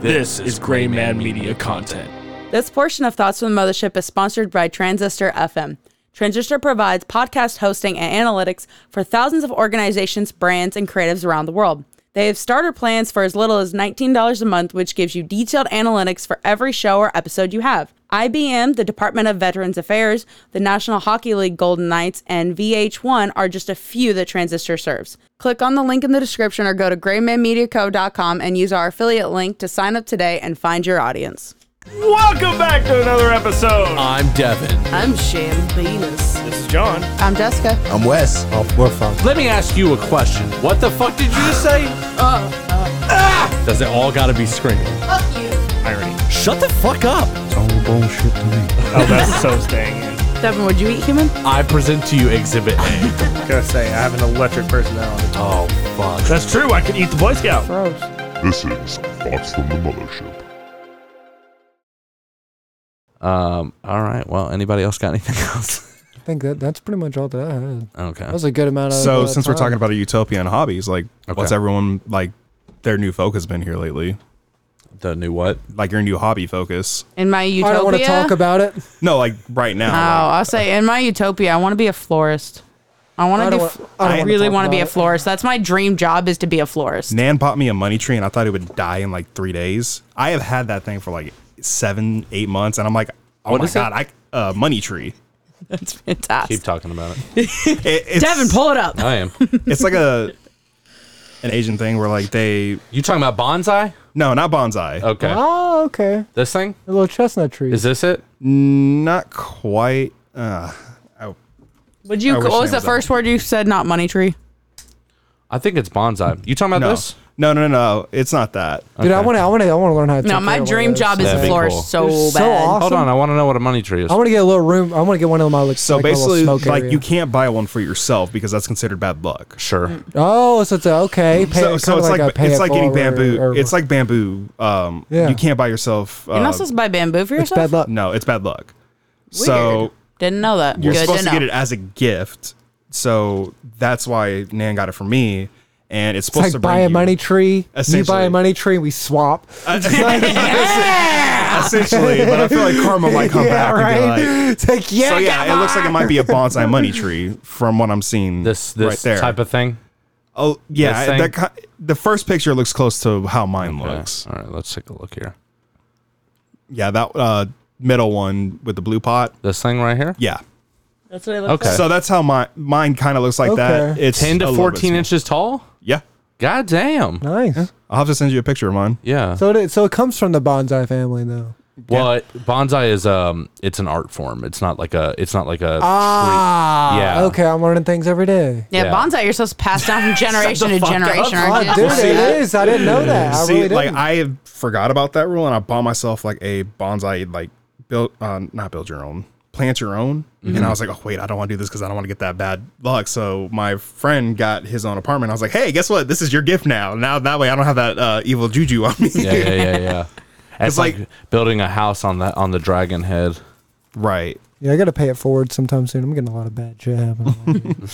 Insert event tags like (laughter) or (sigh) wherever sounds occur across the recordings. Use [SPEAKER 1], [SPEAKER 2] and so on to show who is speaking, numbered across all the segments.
[SPEAKER 1] This is Gray Man Media content.
[SPEAKER 2] This portion of Thoughts from the Mothership is sponsored by Transistor FM. Transistor provides podcast hosting and analytics for thousands of organizations, brands, and creatives around the world. They have starter plans for as little as $19 a month, which gives you detailed analytics for every show or episode you have. IBM, the Department of Veterans Affairs, the National Hockey League Golden Knights, and VH1 are just a few that Transistor serves. Click on the link in the description or go to graymanmediaco.com and use our affiliate link to sign up today and find your audience.
[SPEAKER 3] Welcome back to another episode.
[SPEAKER 1] I'm Devin.
[SPEAKER 4] I'm Shambemus.
[SPEAKER 3] This is John.
[SPEAKER 2] I'm Jessica.
[SPEAKER 5] I'm Wes. Oh, we're fun.
[SPEAKER 1] Let me ask you a question. What the fuck did you just say?
[SPEAKER 2] Uh,
[SPEAKER 1] Oh.
[SPEAKER 6] Ah!
[SPEAKER 1] Does it all gotta be screaming?
[SPEAKER 3] Irony.
[SPEAKER 1] Shut the fuck up.
[SPEAKER 3] Oh, that's so staying (laughs) in.
[SPEAKER 2] Devin, would you eat human?
[SPEAKER 1] I present to you Exhibit
[SPEAKER 2] (laughs)
[SPEAKER 1] A.
[SPEAKER 3] Gotta say, I have an electric personality.
[SPEAKER 1] oh, fuck.
[SPEAKER 3] That's true. I can eat the Boy Scout.
[SPEAKER 2] Gross.
[SPEAKER 7] This is Thoughts from the Mothership.
[SPEAKER 6] Um. All right. Well, anybody else got anything (laughs) else?
[SPEAKER 5] I think that that's pretty much all that I had.
[SPEAKER 6] okay.
[SPEAKER 5] That was a good amount of.
[SPEAKER 8] So
[SPEAKER 5] uh,
[SPEAKER 8] since we're
[SPEAKER 5] time.
[SPEAKER 8] talking about a utopia and hobbies, like what's
[SPEAKER 6] Okay.
[SPEAKER 8] everyone like their new focus been here lately?
[SPEAKER 6] The new what?
[SPEAKER 8] Like your new hobby focus?
[SPEAKER 2] In my utopia.
[SPEAKER 5] I don't want to talk about it.
[SPEAKER 8] No, like right
[SPEAKER 2] (laughs) Oh,
[SPEAKER 8] now.
[SPEAKER 2] I'll say in my utopia, I want to be a florist. I
[SPEAKER 5] I
[SPEAKER 2] want to
[SPEAKER 5] don't
[SPEAKER 2] do.
[SPEAKER 5] wa-
[SPEAKER 2] f-
[SPEAKER 5] I don't
[SPEAKER 2] I
[SPEAKER 5] wanna
[SPEAKER 2] really
[SPEAKER 5] talk
[SPEAKER 2] want to be
[SPEAKER 5] about
[SPEAKER 2] a
[SPEAKER 5] it.
[SPEAKER 2] florist. That's my dream job is to be a florist.
[SPEAKER 8] Nan bought me a money tree, and I thought it would die in like three days. I have had that thing for like seven, eight months, and I'm like, oh my
[SPEAKER 6] is it?
[SPEAKER 8] god, I uh, money tree.
[SPEAKER 2] That's fantastic.
[SPEAKER 6] Keep talking about it.
[SPEAKER 8] It, it's,
[SPEAKER 2] Devin, pull it up.
[SPEAKER 6] (laughs) I am.
[SPEAKER 8] It's like a an Asian thing where like they
[SPEAKER 6] You talking about bonsai?
[SPEAKER 8] no, not bonsai,
[SPEAKER 6] Okay.
[SPEAKER 5] Oh, okay.
[SPEAKER 6] This thing
[SPEAKER 5] A little chestnut tree.
[SPEAKER 6] is this it?
[SPEAKER 8] not quite. Uh,
[SPEAKER 2] Would you?
[SPEAKER 8] I wish
[SPEAKER 2] What was
[SPEAKER 8] Sam
[SPEAKER 2] the
[SPEAKER 8] was up.
[SPEAKER 2] first word you said? Not money tree.
[SPEAKER 6] I think it's bonsai. You talking about
[SPEAKER 8] no.
[SPEAKER 6] this?
[SPEAKER 8] no, no, no, no, it's not that.
[SPEAKER 5] Dude, I want to. I want to. I want to learn how to.
[SPEAKER 2] No,
[SPEAKER 5] take care
[SPEAKER 2] my
[SPEAKER 5] of one of
[SPEAKER 2] dream
[SPEAKER 5] those.
[SPEAKER 2] job is
[SPEAKER 6] That'd
[SPEAKER 2] a
[SPEAKER 6] be
[SPEAKER 2] florist
[SPEAKER 6] cool.
[SPEAKER 2] so
[SPEAKER 5] They're so
[SPEAKER 2] bad.
[SPEAKER 5] awesome.
[SPEAKER 6] Hold on. I want to know what a money tree is.
[SPEAKER 5] I want to get a little room. I want to get one of my like.
[SPEAKER 8] So
[SPEAKER 5] like a little
[SPEAKER 8] basically,
[SPEAKER 5] smoke
[SPEAKER 8] like
[SPEAKER 5] area.
[SPEAKER 8] you can't buy one for yourself because that's considered bad luck.
[SPEAKER 6] sure.
[SPEAKER 5] Oh, so it's a, okay. Pay,
[SPEAKER 8] so, so
[SPEAKER 5] kinda
[SPEAKER 8] it's like,
[SPEAKER 5] a pay
[SPEAKER 8] it's
[SPEAKER 5] it
[SPEAKER 8] like getting
[SPEAKER 5] forward
[SPEAKER 8] bamboo.
[SPEAKER 5] or-
[SPEAKER 8] it's like bamboo. Um,
[SPEAKER 5] Yeah.
[SPEAKER 8] you can't buy yourself. Uh,
[SPEAKER 2] You're not supposed to buy bamboo for
[SPEAKER 5] it's
[SPEAKER 2] yourself.
[SPEAKER 5] bad luck.
[SPEAKER 8] no, it's bad luck. So
[SPEAKER 2] Didn't know that.
[SPEAKER 8] you're
[SPEAKER 2] Good
[SPEAKER 8] supposed to
[SPEAKER 2] know.
[SPEAKER 8] get it as a gift. So that's why Nan got it for me, and it's
[SPEAKER 5] It's
[SPEAKER 8] supposed
[SPEAKER 5] like
[SPEAKER 8] to bring
[SPEAKER 5] buy a
[SPEAKER 8] you- (laughs)
[SPEAKER 5] money tree. You buy
[SPEAKER 8] Essentially.
[SPEAKER 5] a money tree. We swap. (laughs)
[SPEAKER 8] (laughs) essentially. But I feel like karma might
[SPEAKER 5] (laughs)
[SPEAKER 8] come
[SPEAKER 5] yeah,
[SPEAKER 8] back and be like.
[SPEAKER 5] (laughs) right. It's like yeah.
[SPEAKER 8] so yeah, it looks like it might be a bonsai money tree from what I'm seeing.
[SPEAKER 6] This
[SPEAKER 8] right
[SPEAKER 6] this
[SPEAKER 8] there.
[SPEAKER 6] type of thing.
[SPEAKER 8] oh
[SPEAKER 6] this
[SPEAKER 8] yeah,
[SPEAKER 6] thing?
[SPEAKER 8] that, ki- the first picture looks close to how mine
[SPEAKER 6] Okay.
[SPEAKER 8] looks.
[SPEAKER 6] All right. Let's take a look here.
[SPEAKER 8] Yeah, that uh, middle one with the blue pot.
[SPEAKER 6] This thing right here.
[SPEAKER 8] Yeah,
[SPEAKER 2] That's what it looks
[SPEAKER 6] Okay.
[SPEAKER 8] so that's how my mine kind of looks like that.
[SPEAKER 5] Okay.
[SPEAKER 8] It's
[SPEAKER 6] Ten
[SPEAKER 8] a
[SPEAKER 6] to
[SPEAKER 8] little bit
[SPEAKER 6] fourteen
[SPEAKER 8] small.
[SPEAKER 6] inches tall.
[SPEAKER 8] Yeah,
[SPEAKER 6] God damn.
[SPEAKER 5] nice.
[SPEAKER 8] I'll have to send you a picture of mine.
[SPEAKER 6] Yeah.
[SPEAKER 5] So it so it comes from the bonsai family though.
[SPEAKER 6] well, it, bonsai is um, it's an art form. It's not like a. It's not like a.
[SPEAKER 5] Ah,
[SPEAKER 6] yeah.
[SPEAKER 5] Okay, I'm learning things every day.
[SPEAKER 2] Yeah,
[SPEAKER 6] Yeah.
[SPEAKER 2] bonsai. You're supposed to pass down
[SPEAKER 5] (laughs)
[SPEAKER 2] from generation to generation. aren't
[SPEAKER 5] Oh,
[SPEAKER 2] you?
[SPEAKER 5] dude, it is. I didn't know that. I
[SPEAKER 8] See,
[SPEAKER 5] really
[SPEAKER 8] like
[SPEAKER 5] didn't.
[SPEAKER 8] I had forgot about that rule, and I bought myself like a bonsai like build, uh, not build your own, plant your own.
[SPEAKER 6] Mm-hmm.
[SPEAKER 8] And I was like, oh wait, I don't want to do this because I don't want to get that bad luck. So my friend got his own apartment. I was like, hey, guess what? This is your gift now. Now that way, I don't have that uh, evil juju on me.
[SPEAKER 6] yeah, yeah,
[SPEAKER 5] (laughs)
[SPEAKER 6] yeah, yeah. It's
[SPEAKER 8] It's
[SPEAKER 6] like,
[SPEAKER 8] like-
[SPEAKER 6] building a house on the on the dragon head.
[SPEAKER 8] (laughs) right.
[SPEAKER 5] yeah, I gotta pay it forward sometime soon. I'm getting a lot of bad shit happening.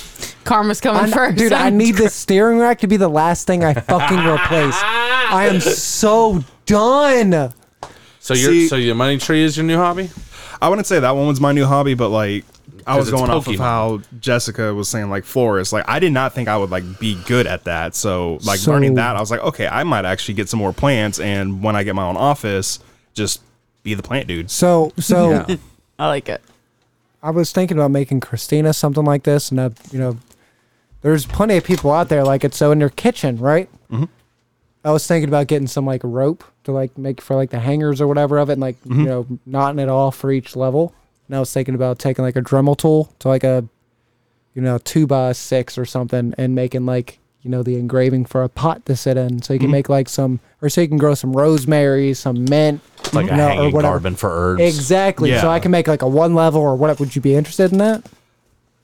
[SPEAKER 2] Karma's coming
[SPEAKER 5] I
[SPEAKER 2] first.
[SPEAKER 5] dude,
[SPEAKER 2] (laughs)
[SPEAKER 5] I
[SPEAKER 2] I'm
[SPEAKER 5] need this steering rack to be the last thing I fucking replace. I am so done.
[SPEAKER 6] So your
[SPEAKER 8] See-
[SPEAKER 6] so your money tree is your new hobby?
[SPEAKER 8] I wouldn't say that one was my new hobby, but like. I
[SPEAKER 6] 'Cause
[SPEAKER 8] was
[SPEAKER 6] it's
[SPEAKER 8] going off
[SPEAKER 6] Pokemon.
[SPEAKER 8] of how Jessica was saying, like florist. Like I did not think I would like be good at that. So like
[SPEAKER 5] So-
[SPEAKER 8] learning that, I was like, okay, I might actually get some more plants, and when I get my own office, just be the plant dude.
[SPEAKER 5] So so
[SPEAKER 6] Yeah.
[SPEAKER 2] I like it.
[SPEAKER 5] I was thinking about making Christina something like this, and I, you know, there's plenty of people out there like it. So in your kitchen, right? Mm-hmm. I was thinking about getting some like rope to like make for like the hangers or whatever of it, and like
[SPEAKER 6] Mm-hmm.
[SPEAKER 5] you know, knotting it all for each level. And I was thinking about taking like a Dremel tool to like a, you know, two by six or something, and making like you know the engraving for a pot to sit in, so you can
[SPEAKER 6] Mm-hmm.
[SPEAKER 5] make like some, or so you can grow some rosemary, some mint,
[SPEAKER 6] Like
[SPEAKER 5] you
[SPEAKER 6] a
[SPEAKER 5] know,
[SPEAKER 6] hanging garden for herbs.
[SPEAKER 5] Exactly. So
[SPEAKER 8] Yeah.
[SPEAKER 5] I can make like a one level or what? Would you be interested in that?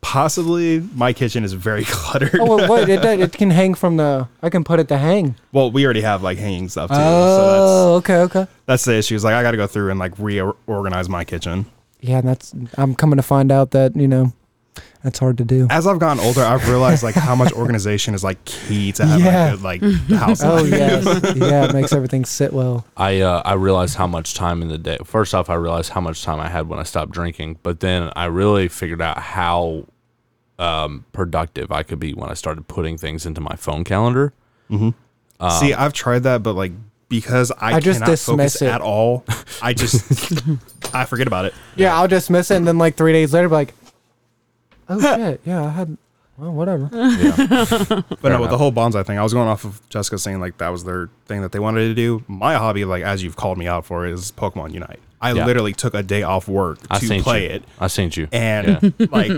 [SPEAKER 8] possibly my kitchen is very (laughs) cluttered.
[SPEAKER 5] Oh, well, wait, it, do- it can hang from the. I can put it to hang.
[SPEAKER 8] well, we already have like hanging stuff too, so
[SPEAKER 5] Oh, okay, okay.
[SPEAKER 8] that's that's the issue. Is like I got to go through and like reorganize my kitchen.
[SPEAKER 5] Yeah, and that's. I'm coming to find out that you know, That's hard to do.
[SPEAKER 8] As I've gotten older, I've realized like
[SPEAKER 5] (laughs)
[SPEAKER 8] how much organization is like key to having
[SPEAKER 5] Yeah.
[SPEAKER 8] a good like house.
[SPEAKER 5] (laughs) Oh
[SPEAKER 8] life.
[SPEAKER 5] yes, yeah, it makes everything sit well.
[SPEAKER 6] I uh, I realized how much time in the day. First off, I realized how much time I had when I stopped drinking, but then I really figured out how um, productive I could be when I started putting things into my phone calendar.
[SPEAKER 8] See, I've tried that, but like because I,
[SPEAKER 5] I just
[SPEAKER 8] cannot
[SPEAKER 5] dismiss
[SPEAKER 8] focus
[SPEAKER 5] it.
[SPEAKER 8] at all,
[SPEAKER 5] (laughs)
[SPEAKER 8] I just I forget about it.
[SPEAKER 5] Yeah, I'll dismiss it, and then like three days later, be like, (laughs) oh shit, yeah, I had, well, whatever.
[SPEAKER 8] But no, with the whole bonsai thing, I was going off of Jessica saying like that was their thing that they wanted to do. My hobby, like as you've called me out for, is Pokemon Unite. I
[SPEAKER 6] Yeah.
[SPEAKER 8] literally took a day off work
[SPEAKER 6] I
[SPEAKER 8] to
[SPEAKER 6] seen
[SPEAKER 8] play
[SPEAKER 6] you.
[SPEAKER 8] it.
[SPEAKER 6] I seen you.
[SPEAKER 8] And (laughs) like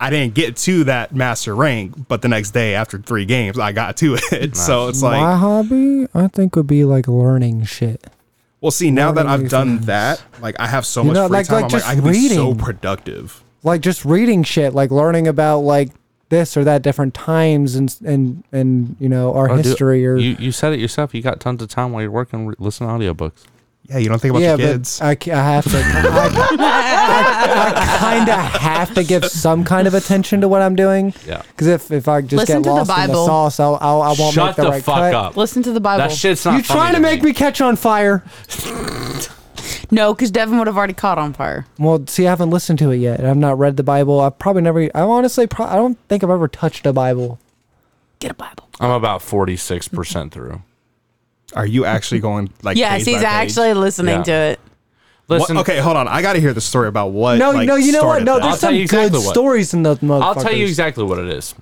[SPEAKER 8] I didn't get to that master rank, but the next day after three games, I got to it. (laughs) So it's like
[SPEAKER 5] My hobby, I think, would be like learning shit.
[SPEAKER 8] Well, see, now that
[SPEAKER 5] Learning
[SPEAKER 8] I've
[SPEAKER 5] new
[SPEAKER 8] done
[SPEAKER 5] things.
[SPEAKER 8] that, like I have so
[SPEAKER 5] You
[SPEAKER 8] much
[SPEAKER 5] know,
[SPEAKER 8] free
[SPEAKER 5] like-
[SPEAKER 8] time.
[SPEAKER 5] like
[SPEAKER 8] I'm like,
[SPEAKER 5] just
[SPEAKER 8] I can be so
[SPEAKER 5] reading.
[SPEAKER 8] productive.
[SPEAKER 5] like just reading shit, like learning about like this or that different times and and and you know our
[SPEAKER 6] Oh, dude,
[SPEAKER 5] history or
[SPEAKER 6] you, you said it yourself. You got tons of time while you're working. Re- listen to audiobooks.
[SPEAKER 8] Yeah, you don't think about
[SPEAKER 5] yeah,
[SPEAKER 8] your kids.
[SPEAKER 5] but I, ca- I have to. I, kind of have to give some kind of attention to what I'm doing.
[SPEAKER 6] Yeah.
[SPEAKER 5] Because if if I just
[SPEAKER 2] Listen to
[SPEAKER 5] get
[SPEAKER 2] the
[SPEAKER 5] lost in the
[SPEAKER 2] Bible.
[SPEAKER 5] sauce, I'll, I'll I won't
[SPEAKER 6] Shut
[SPEAKER 5] make the,
[SPEAKER 6] the,
[SPEAKER 5] right
[SPEAKER 6] fuck
[SPEAKER 5] cut.
[SPEAKER 6] up.
[SPEAKER 2] Listen to the Bible.
[SPEAKER 6] That shit's not.
[SPEAKER 5] You trying to make me catch on fire?
[SPEAKER 2] No, because Devin would have already caught on fire.
[SPEAKER 5] Well, see, I haven't listened to it yet. I've not read the Bible. I've probably never. I honestly, pro- I don't think I've ever touched a Bible.
[SPEAKER 2] Get a Bible.
[SPEAKER 6] I'm about forty six percent through.
[SPEAKER 8] Are you actually going like?
[SPEAKER 2] yes,
[SPEAKER 8] page by
[SPEAKER 2] he's
[SPEAKER 8] page?
[SPEAKER 2] actually listening
[SPEAKER 6] Yeah.
[SPEAKER 2] to it.
[SPEAKER 8] What-
[SPEAKER 6] Listen,
[SPEAKER 8] okay, hold on. I got to hear the story about what.
[SPEAKER 5] No,
[SPEAKER 8] like,
[SPEAKER 5] no, you know what?
[SPEAKER 8] started
[SPEAKER 5] No,
[SPEAKER 8] that.
[SPEAKER 5] there's
[SPEAKER 6] I'll tell
[SPEAKER 5] some
[SPEAKER 6] you exactly
[SPEAKER 5] good
[SPEAKER 6] what.
[SPEAKER 5] stories in those motherfuckers.
[SPEAKER 6] I'll tell you exactly what it is.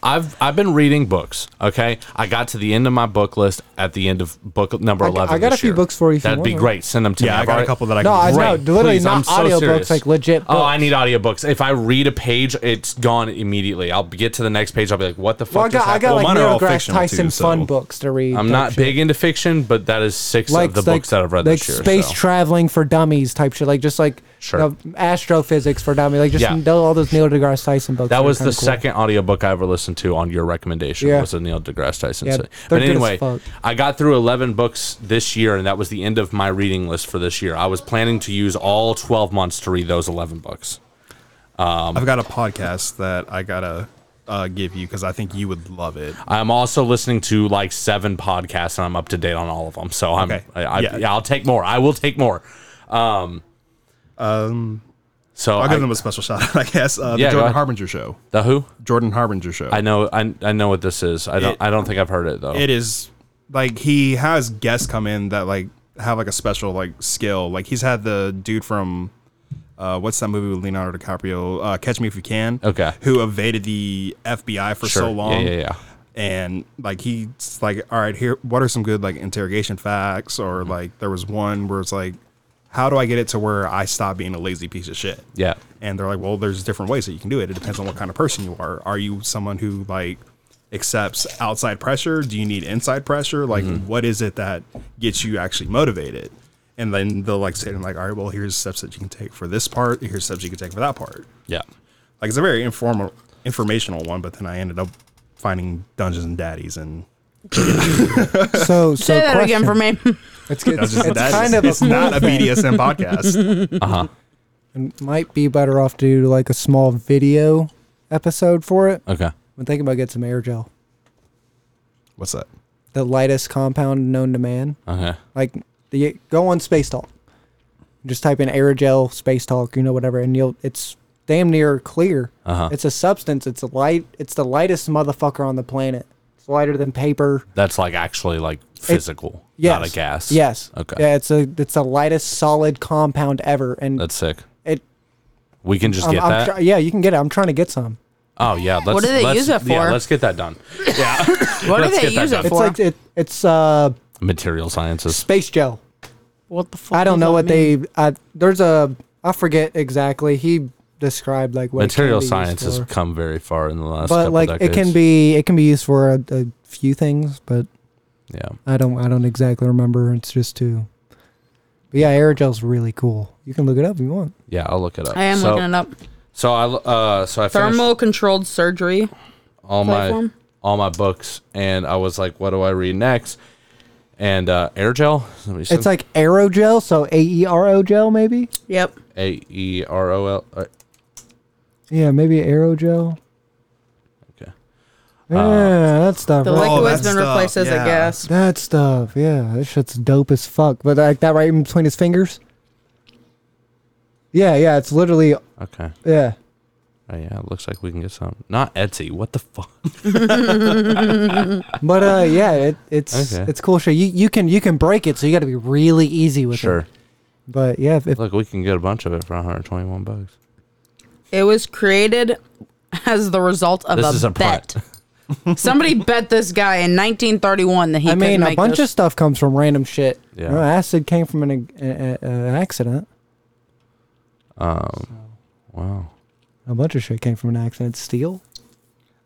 [SPEAKER 6] I've I've been reading books. Okay, I got to the end of my book list at the end of book number
[SPEAKER 5] I-
[SPEAKER 6] eleven.
[SPEAKER 5] I got a
[SPEAKER 6] this
[SPEAKER 5] few
[SPEAKER 6] year.
[SPEAKER 5] books for you if you
[SPEAKER 6] That'd be
[SPEAKER 5] want.
[SPEAKER 6] great. Send them to me.
[SPEAKER 8] yeah, I
[SPEAKER 6] I've
[SPEAKER 8] got a
[SPEAKER 6] already-
[SPEAKER 8] couple that I
[SPEAKER 5] No, I
[SPEAKER 8] can.
[SPEAKER 5] know.
[SPEAKER 6] Great.
[SPEAKER 5] Literally
[SPEAKER 6] Please, I'm
[SPEAKER 5] not
[SPEAKER 6] so
[SPEAKER 5] audiobooks,
[SPEAKER 6] serious.
[SPEAKER 5] like legit
[SPEAKER 6] Oh, I
[SPEAKER 5] books.
[SPEAKER 6] need audiobooks. If I read a page, it's gone immediately. I'll get to the next page. I'll be like, "What the fuck?"
[SPEAKER 5] Well, I
[SPEAKER 6] just
[SPEAKER 5] got, I
[SPEAKER 6] happened?
[SPEAKER 5] got
[SPEAKER 8] Well,
[SPEAKER 5] like
[SPEAKER 8] mine are all
[SPEAKER 5] Neil grass
[SPEAKER 8] fictional,
[SPEAKER 5] Tyson
[SPEAKER 8] too, so-
[SPEAKER 5] fun books to read.
[SPEAKER 6] I'm
[SPEAKER 5] type
[SPEAKER 6] not
[SPEAKER 5] shit.
[SPEAKER 6] big into fiction, but that is six of the books that I've read
[SPEAKER 5] like
[SPEAKER 6] this year.
[SPEAKER 5] space
[SPEAKER 6] so.
[SPEAKER 5] traveling for dummies type shit, like just like
[SPEAKER 6] Sure.
[SPEAKER 5] you know, astrophysics for dummies, like just
[SPEAKER 6] Yeah.
[SPEAKER 5] know all those Neil deGrasse Tyson books.
[SPEAKER 6] That
[SPEAKER 5] are
[SPEAKER 6] was the
[SPEAKER 5] kinda cool.
[SPEAKER 6] second audiobook I ever listened to on your recommendation.
[SPEAKER 5] Yeah.
[SPEAKER 6] Was a Neil deGrasse Tyson.
[SPEAKER 5] Yeah,
[SPEAKER 6] so-
[SPEAKER 5] they're
[SPEAKER 6] But
[SPEAKER 5] good as
[SPEAKER 6] anyway,
[SPEAKER 5] fuck.
[SPEAKER 6] I got through 11 books this year, and that was the end of my reading list for this year. I was planning to use all 12 months to read those 11 books.
[SPEAKER 8] I've got a podcast that I gotta uh, give you because I think you would love it.
[SPEAKER 6] I'm also listening to like seven podcasts, and I'm up to date on all of them. So I'm,
[SPEAKER 8] Okay.
[SPEAKER 6] I, I,
[SPEAKER 8] Yeah.
[SPEAKER 6] yeah, I'll take more. I will take more. Um,
[SPEAKER 8] Um,
[SPEAKER 6] so
[SPEAKER 8] I'll give
[SPEAKER 6] I-
[SPEAKER 8] them a special shout out, I guess. Uh, the
[SPEAKER 6] Yeah, go
[SPEAKER 8] Jordan
[SPEAKER 6] ahead.
[SPEAKER 8] Harbinger show.
[SPEAKER 6] the who?
[SPEAKER 8] Jordan Harbinger show.
[SPEAKER 6] I know. I, I know what this is. I don't.
[SPEAKER 8] It-
[SPEAKER 6] I don't think I've heard it though.
[SPEAKER 8] it is like he has guests come in that like have like a special like skill. Like he's had the dude from uh, what's that movie with Leonardo DiCaprio? Uh, Catch Me If You Can.
[SPEAKER 6] Okay.
[SPEAKER 8] Who evaded the FBI for
[SPEAKER 6] Sure.
[SPEAKER 8] so
[SPEAKER 6] Yeah,
[SPEAKER 8] long?
[SPEAKER 6] yeah, yeah.
[SPEAKER 8] And like he's like, all right, here, what are some good like interrogation facts? Or like there was one where it's like, how do I get it to where I stop being a lazy piece of shit?
[SPEAKER 6] Yeah.
[SPEAKER 8] And they're like, well, there's different ways that you can do it. It depends on what kind of person you are. Are you someone who like accepts outside pressure? Do you need inside pressure? Like, what is it that gets you actually motivated? And then they'll like say, like, all right, well, here's steps that you can take for this part. Here's steps you can take for that part.
[SPEAKER 6] Yeah.
[SPEAKER 8] Like, it's a very informal, informational one. But then I ended up finding Dungeons and Daddies, and
[SPEAKER 6] (laughs)
[SPEAKER 5] So, so
[SPEAKER 2] Say that again
[SPEAKER 5] question.
[SPEAKER 2] for me.
[SPEAKER 5] It's, it's,
[SPEAKER 8] Dungeons
[SPEAKER 5] it's
[SPEAKER 8] and Daddies.
[SPEAKER 5] kind of
[SPEAKER 8] it's
[SPEAKER 5] a cool
[SPEAKER 8] not a
[SPEAKER 5] thing.
[SPEAKER 8] BDSM
[SPEAKER 5] (laughs)
[SPEAKER 8] podcast.
[SPEAKER 5] and might be better off to do like a small video episode for it.
[SPEAKER 6] Okay.
[SPEAKER 5] I'm thinking about getting some air gel,
[SPEAKER 8] What's that?
[SPEAKER 5] the lightest compound known to man.
[SPEAKER 6] Okay.
[SPEAKER 5] Like, the, go on Space Talk. Just type in aerogel space talk, you know, whatever, and you'll it's damn near clear.
[SPEAKER 6] Uh-huh.
[SPEAKER 5] It's a substance. It's a light. It's the lightest motherfucker on the planet. It's lighter than paper.
[SPEAKER 6] That's like actually like physical,
[SPEAKER 5] Yes.
[SPEAKER 6] not a gas.
[SPEAKER 5] Yes.
[SPEAKER 6] Okay.
[SPEAKER 5] Yeah. It's a it's the lightest solid compound ever, and
[SPEAKER 6] That's sick.
[SPEAKER 5] it.
[SPEAKER 6] We can Uh, just
[SPEAKER 5] I'm,
[SPEAKER 6] get
[SPEAKER 5] I'm
[SPEAKER 6] that.
[SPEAKER 5] try- yeah, you can get it. I'm trying to get some.
[SPEAKER 6] oh yeah. Let's,
[SPEAKER 2] do they
[SPEAKER 6] let's-
[SPEAKER 2] use it
[SPEAKER 6] Yeah,
[SPEAKER 2] for?
[SPEAKER 6] let's get that done.
[SPEAKER 2] What do
[SPEAKER 6] Let's
[SPEAKER 2] they
[SPEAKER 6] get that
[SPEAKER 2] use
[SPEAKER 6] done.
[SPEAKER 2] it
[SPEAKER 5] It's
[SPEAKER 2] for?
[SPEAKER 5] like it, it's uh
[SPEAKER 6] Material sciences.
[SPEAKER 5] space gel.
[SPEAKER 2] what the fuck?
[SPEAKER 5] I don't
[SPEAKER 2] does
[SPEAKER 5] know
[SPEAKER 2] that
[SPEAKER 5] what
[SPEAKER 2] mean?
[SPEAKER 5] they. I, there's a. I forget exactly. He described like what it can
[SPEAKER 6] Material
[SPEAKER 5] be used
[SPEAKER 6] science has
[SPEAKER 5] for.
[SPEAKER 6] come very far in the last.
[SPEAKER 5] but
[SPEAKER 6] couple
[SPEAKER 5] like
[SPEAKER 6] decades.
[SPEAKER 5] it can be it can be used for a, a few things, but
[SPEAKER 6] Yeah.
[SPEAKER 5] I don't I don't exactly remember. It's just too. But yeah, aerogel's really cool. You can look it up if you want.
[SPEAKER 6] Yeah. I'll look it up.
[SPEAKER 2] I am
[SPEAKER 6] so,
[SPEAKER 2] looking it up.
[SPEAKER 6] So I uh so I finished
[SPEAKER 2] Thermal controlled surgery.
[SPEAKER 6] all my
[SPEAKER 2] platform?
[SPEAKER 6] all my books and I was like, what do I read next? And uh, Airgel.
[SPEAKER 5] It's like aerogel, so A E R O gel maybe.
[SPEAKER 6] uh,
[SPEAKER 2] Yep.
[SPEAKER 6] A E R O L.
[SPEAKER 5] Yeah, maybe aerogel.
[SPEAKER 6] Okay. Uh,
[SPEAKER 5] Yeah, that stuff.
[SPEAKER 2] The
[SPEAKER 5] right?
[SPEAKER 8] Oh,
[SPEAKER 2] liquid's
[SPEAKER 8] that
[SPEAKER 2] been
[SPEAKER 8] stuff,
[SPEAKER 2] replaced as a
[SPEAKER 8] yeah.
[SPEAKER 2] gas.
[SPEAKER 5] that stuff. Yeah, that shit's dope as fuck. But like that right in between his fingers. Yeah, yeah. It's literally
[SPEAKER 6] Okay.
[SPEAKER 5] yeah.
[SPEAKER 6] Oh, yeah, it looks like we can get some. Not Etsy. What the fuck?
[SPEAKER 5] But uh, yeah, it, it's
[SPEAKER 6] Okay.
[SPEAKER 5] it's cool shit. You you can you can break it, so you got to be really easy with it.
[SPEAKER 6] Sure.
[SPEAKER 5] But yeah, if, if
[SPEAKER 6] Look, we can get a bunch of it for 121 bucks.
[SPEAKER 2] It was created as the result of
[SPEAKER 6] This
[SPEAKER 2] a,
[SPEAKER 6] is a
[SPEAKER 2] bet. (laughs) Somebody bet this guy in 1931 that he.
[SPEAKER 5] I mean,
[SPEAKER 2] couldn't
[SPEAKER 5] a
[SPEAKER 2] make
[SPEAKER 5] bunch
[SPEAKER 2] this.
[SPEAKER 5] of stuff comes from random shit.
[SPEAKER 6] Yeah.
[SPEAKER 5] You know, acid came from an, a, a- an accident.
[SPEAKER 6] Um, wow.
[SPEAKER 5] A bunch of shit came from an accident. Steel,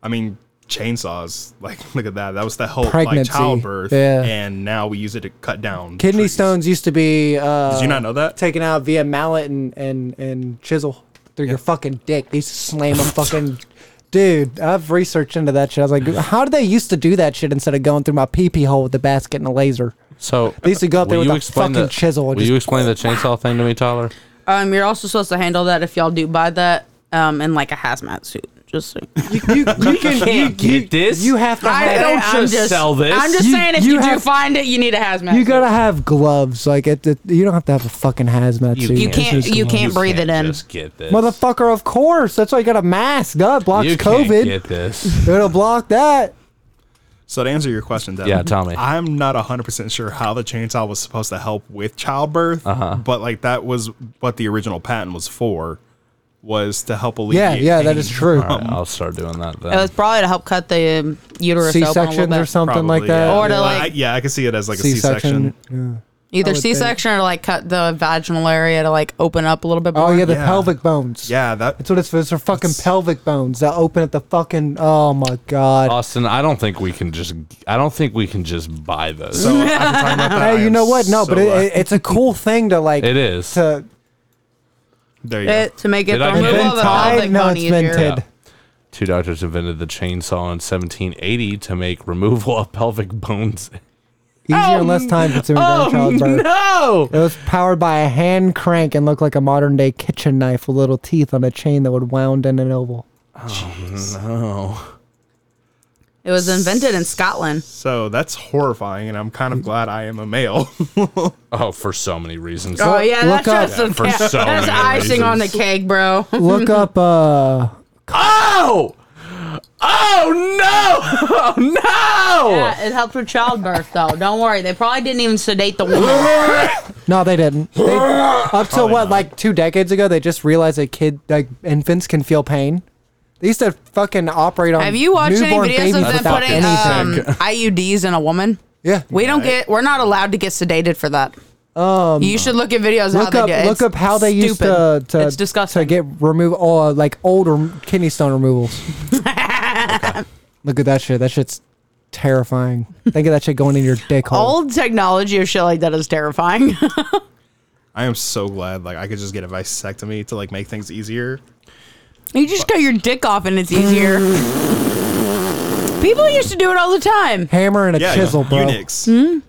[SPEAKER 8] I mean, chainsaws. Like, look at that. That was the whole
[SPEAKER 5] Pregnancy,
[SPEAKER 8] like childbirth,
[SPEAKER 5] yeah.
[SPEAKER 8] and now we use it to cut down
[SPEAKER 5] kidney
[SPEAKER 8] trees.
[SPEAKER 5] stones used to be. Uh,
[SPEAKER 8] Did you not know that?
[SPEAKER 5] Taken out via mallet and and and chisel through your fucking dick. They used to slam a fucking. (laughs) Dude, I've researched into that shit. I was like, how did they used to do that shit instead of going through my pee pee hole with a basket and a laser?
[SPEAKER 6] So
[SPEAKER 5] They used to go up there
[SPEAKER 6] will
[SPEAKER 5] with
[SPEAKER 6] you
[SPEAKER 5] a
[SPEAKER 6] explain
[SPEAKER 5] fucking
[SPEAKER 6] the-
[SPEAKER 5] chisel and
[SPEAKER 6] Will
[SPEAKER 5] just-
[SPEAKER 6] you explain the chainsaw thing to me, Tyler?
[SPEAKER 2] Um, you're also supposed to handle that if y'all do buy that, um, in like a hazmat suit. Just so.
[SPEAKER 5] (laughs) You, you, you can you, you,
[SPEAKER 6] this.
[SPEAKER 5] you have to have
[SPEAKER 2] I'm
[SPEAKER 6] just sell this.
[SPEAKER 2] I'm just
[SPEAKER 5] You-
[SPEAKER 2] saying, if
[SPEAKER 5] you
[SPEAKER 2] you, do
[SPEAKER 5] have-
[SPEAKER 2] find it, you need a hazmat.
[SPEAKER 5] You
[SPEAKER 2] suit.
[SPEAKER 5] gotta have gloves. Like it, it- you don't have to have a fucking hazmat suit.
[SPEAKER 2] You can't. You can't breathe it in.
[SPEAKER 6] Just get this.
[SPEAKER 5] Motherfucker, of course. That's why you got a mask. That blocks
[SPEAKER 6] You can't
[SPEAKER 5] COVID. (laughs)
[SPEAKER 6] get this.
[SPEAKER 5] It'll block that.
[SPEAKER 8] So to answer your question, Devin,
[SPEAKER 6] Yeah, tell me.
[SPEAKER 8] I'm not 100% sure how the chainsaw was supposed to help with childbirth,
[SPEAKER 6] Uh-huh.
[SPEAKER 8] but like that was what the original patent was for, was to help
[SPEAKER 5] Yeah,
[SPEAKER 8] alleviate.
[SPEAKER 5] yeah, that
[SPEAKER 8] pain.
[SPEAKER 5] is true.
[SPEAKER 6] All right, I'll start doing that
[SPEAKER 2] It
[SPEAKER 6] then.
[SPEAKER 2] was probably to help cut the um, uterus open
[SPEAKER 5] C
[SPEAKER 2] a little
[SPEAKER 5] sections
[SPEAKER 2] bit.
[SPEAKER 5] or something
[SPEAKER 8] Probably,
[SPEAKER 5] like that.
[SPEAKER 8] yeah.
[SPEAKER 2] Or to,
[SPEAKER 8] I-
[SPEAKER 2] like-
[SPEAKER 8] yeah, I could see it as like a
[SPEAKER 5] C
[SPEAKER 8] C-section.
[SPEAKER 5] section. I
[SPEAKER 2] Either
[SPEAKER 5] would
[SPEAKER 2] C
[SPEAKER 5] think.
[SPEAKER 2] section or like cut the vaginal area to like open up a little bit more.
[SPEAKER 5] Oh yeah, the
[SPEAKER 8] Yeah.
[SPEAKER 5] pelvic bones.
[SPEAKER 8] Yeah, that
[SPEAKER 5] that's what it's for. It's for fucking pelvic bones that open at the fucking. Oh my god.
[SPEAKER 6] Austin, I don't think we can just. I don't think we can just buy those.
[SPEAKER 8] So after talking about that,
[SPEAKER 5] (laughs)
[SPEAKER 8] I
[SPEAKER 5] hey, you
[SPEAKER 8] am
[SPEAKER 5] know what? No,
[SPEAKER 8] so,
[SPEAKER 5] but it,
[SPEAKER 8] uh,
[SPEAKER 5] it, it's a cool thing to like.
[SPEAKER 6] It is.
[SPEAKER 5] To
[SPEAKER 8] there you go.
[SPEAKER 2] It- to make it
[SPEAKER 6] Did
[SPEAKER 2] the
[SPEAKER 6] I
[SPEAKER 2] removal
[SPEAKER 6] invent
[SPEAKER 2] of a
[SPEAKER 5] tie?
[SPEAKER 2] pelvic
[SPEAKER 5] No,
[SPEAKER 2] bone
[SPEAKER 5] it's
[SPEAKER 2] easier.
[SPEAKER 5] invented.
[SPEAKER 6] Two doctors invented the chainsaw in 1780 to make removal of pelvic bones. (laughs)
[SPEAKER 5] easier
[SPEAKER 2] Oh,
[SPEAKER 5] and less time consuming during childbirth.
[SPEAKER 6] no!
[SPEAKER 5] It was powered by a hand crank and looked like a modern day kitchen knife with little teeth on a chain that would wound in an oval.
[SPEAKER 2] It was invented in Scotland.
[SPEAKER 8] So that's horrifying, and I'm kind of glad I am a male. (laughs)
[SPEAKER 6] Oh, for so many reasons.
[SPEAKER 5] Uh,
[SPEAKER 2] Oh yeah,
[SPEAKER 5] look up-
[SPEAKER 2] that's just the
[SPEAKER 6] For
[SPEAKER 2] ca-
[SPEAKER 6] so
[SPEAKER 2] that's
[SPEAKER 6] many
[SPEAKER 2] icing on the
[SPEAKER 6] reasons.
[SPEAKER 2] cake, bro.
[SPEAKER 5] Look up uh
[SPEAKER 6] Oh! Oh no! (laughs) Oh no!
[SPEAKER 2] (laughs) Yeah, it helped with childbirth though. Don't worry, they probably didn't even sedate the
[SPEAKER 5] (laughs)
[SPEAKER 2] woman.
[SPEAKER 5] no they didn't.
[SPEAKER 2] (gasps)
[SPEAKER 5] They, up to what, like two decades ago they just realized that kid like infants can feel pain. They used to fucking operate on
[SPEAKER 2] Have you watched any
[SPEAKER 5] newborn
[SPEAKER 2] videos
[SPEAKER 5] babies
[SPEAKER 2] of them
[SPEAKER 5] without
[SPEAKER 2] putting
[SPEAKER 5] anything.
[SPEAKER 2] um, IUDs in a woman?
[SPEAKER 5] yeah.
[SPEAKER 2] We don't get. We're not allowed to get sedated for that. Um, you should look at videos
[SPEAKER 5] Look
[SPEAKER 2] how
[SPEAKER 5] up,
[SPEAKER 2] they do.
[SPEAKER 5] look up how they used to, to,
[SPEAKER 2] it's disgusting.
[SPEAKER 5] to get remove all like older kidney
[SPEAKER 2] (laughs)
[SPEAKER 5] stone removals. Look at that shit. That shit's terrifying. Think of that shit going in your dick hole.
[SPEAKER 2] Old technology of shit like that is terrifying. (laughs)
[SPEAKER 8] I am so glad like I could just get a vasectomy to like make things easier.
[SPEAKER 2] you just cut your dick off and it's
[SPEAKER 5] (laughs)
[SPEAKER 2] easier. People used to do it all the time.
[SPEAKER 5] Hammer and a
[SPEAKER 8] Yeah,
[SPEAKER 5] chisel, bro.
[SPEAKER 8] eunuchs.
[SPEAKER 2] Hmm?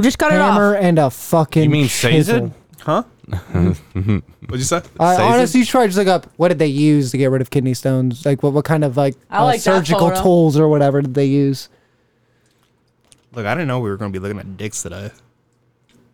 [SPEAKER 2] Just cut
[SPEAKER 5] Hammer
[SPEAKER 2] it off.
[SPEAKER 5] and a fucking
[SPEAKER 6] You mean
[SPEAKER 5] chisel.
[SPEAKER 6] Sazed?
[SPEAKER 5] (laughs)
[SPEAKER 8] Huh? What'd you say?
[SPEAKER 5] I
[SPEAKER 6] Sazed?
[SPEAKER 5] honestly you try to look up uh, what did they use to get rid of kidney stones? Like what what kind of like,
[SPEAKER 2] I
[SPEAKER 5] uh,
[SPEAKER 2] like that
[SPEAKER 5] surgical
[SPEAKER 2] photo.
[SPEAKER 5] tools or whatever did they use?
[SPEAKER 8] Look, I didn't know we were going to be looking at dicks today.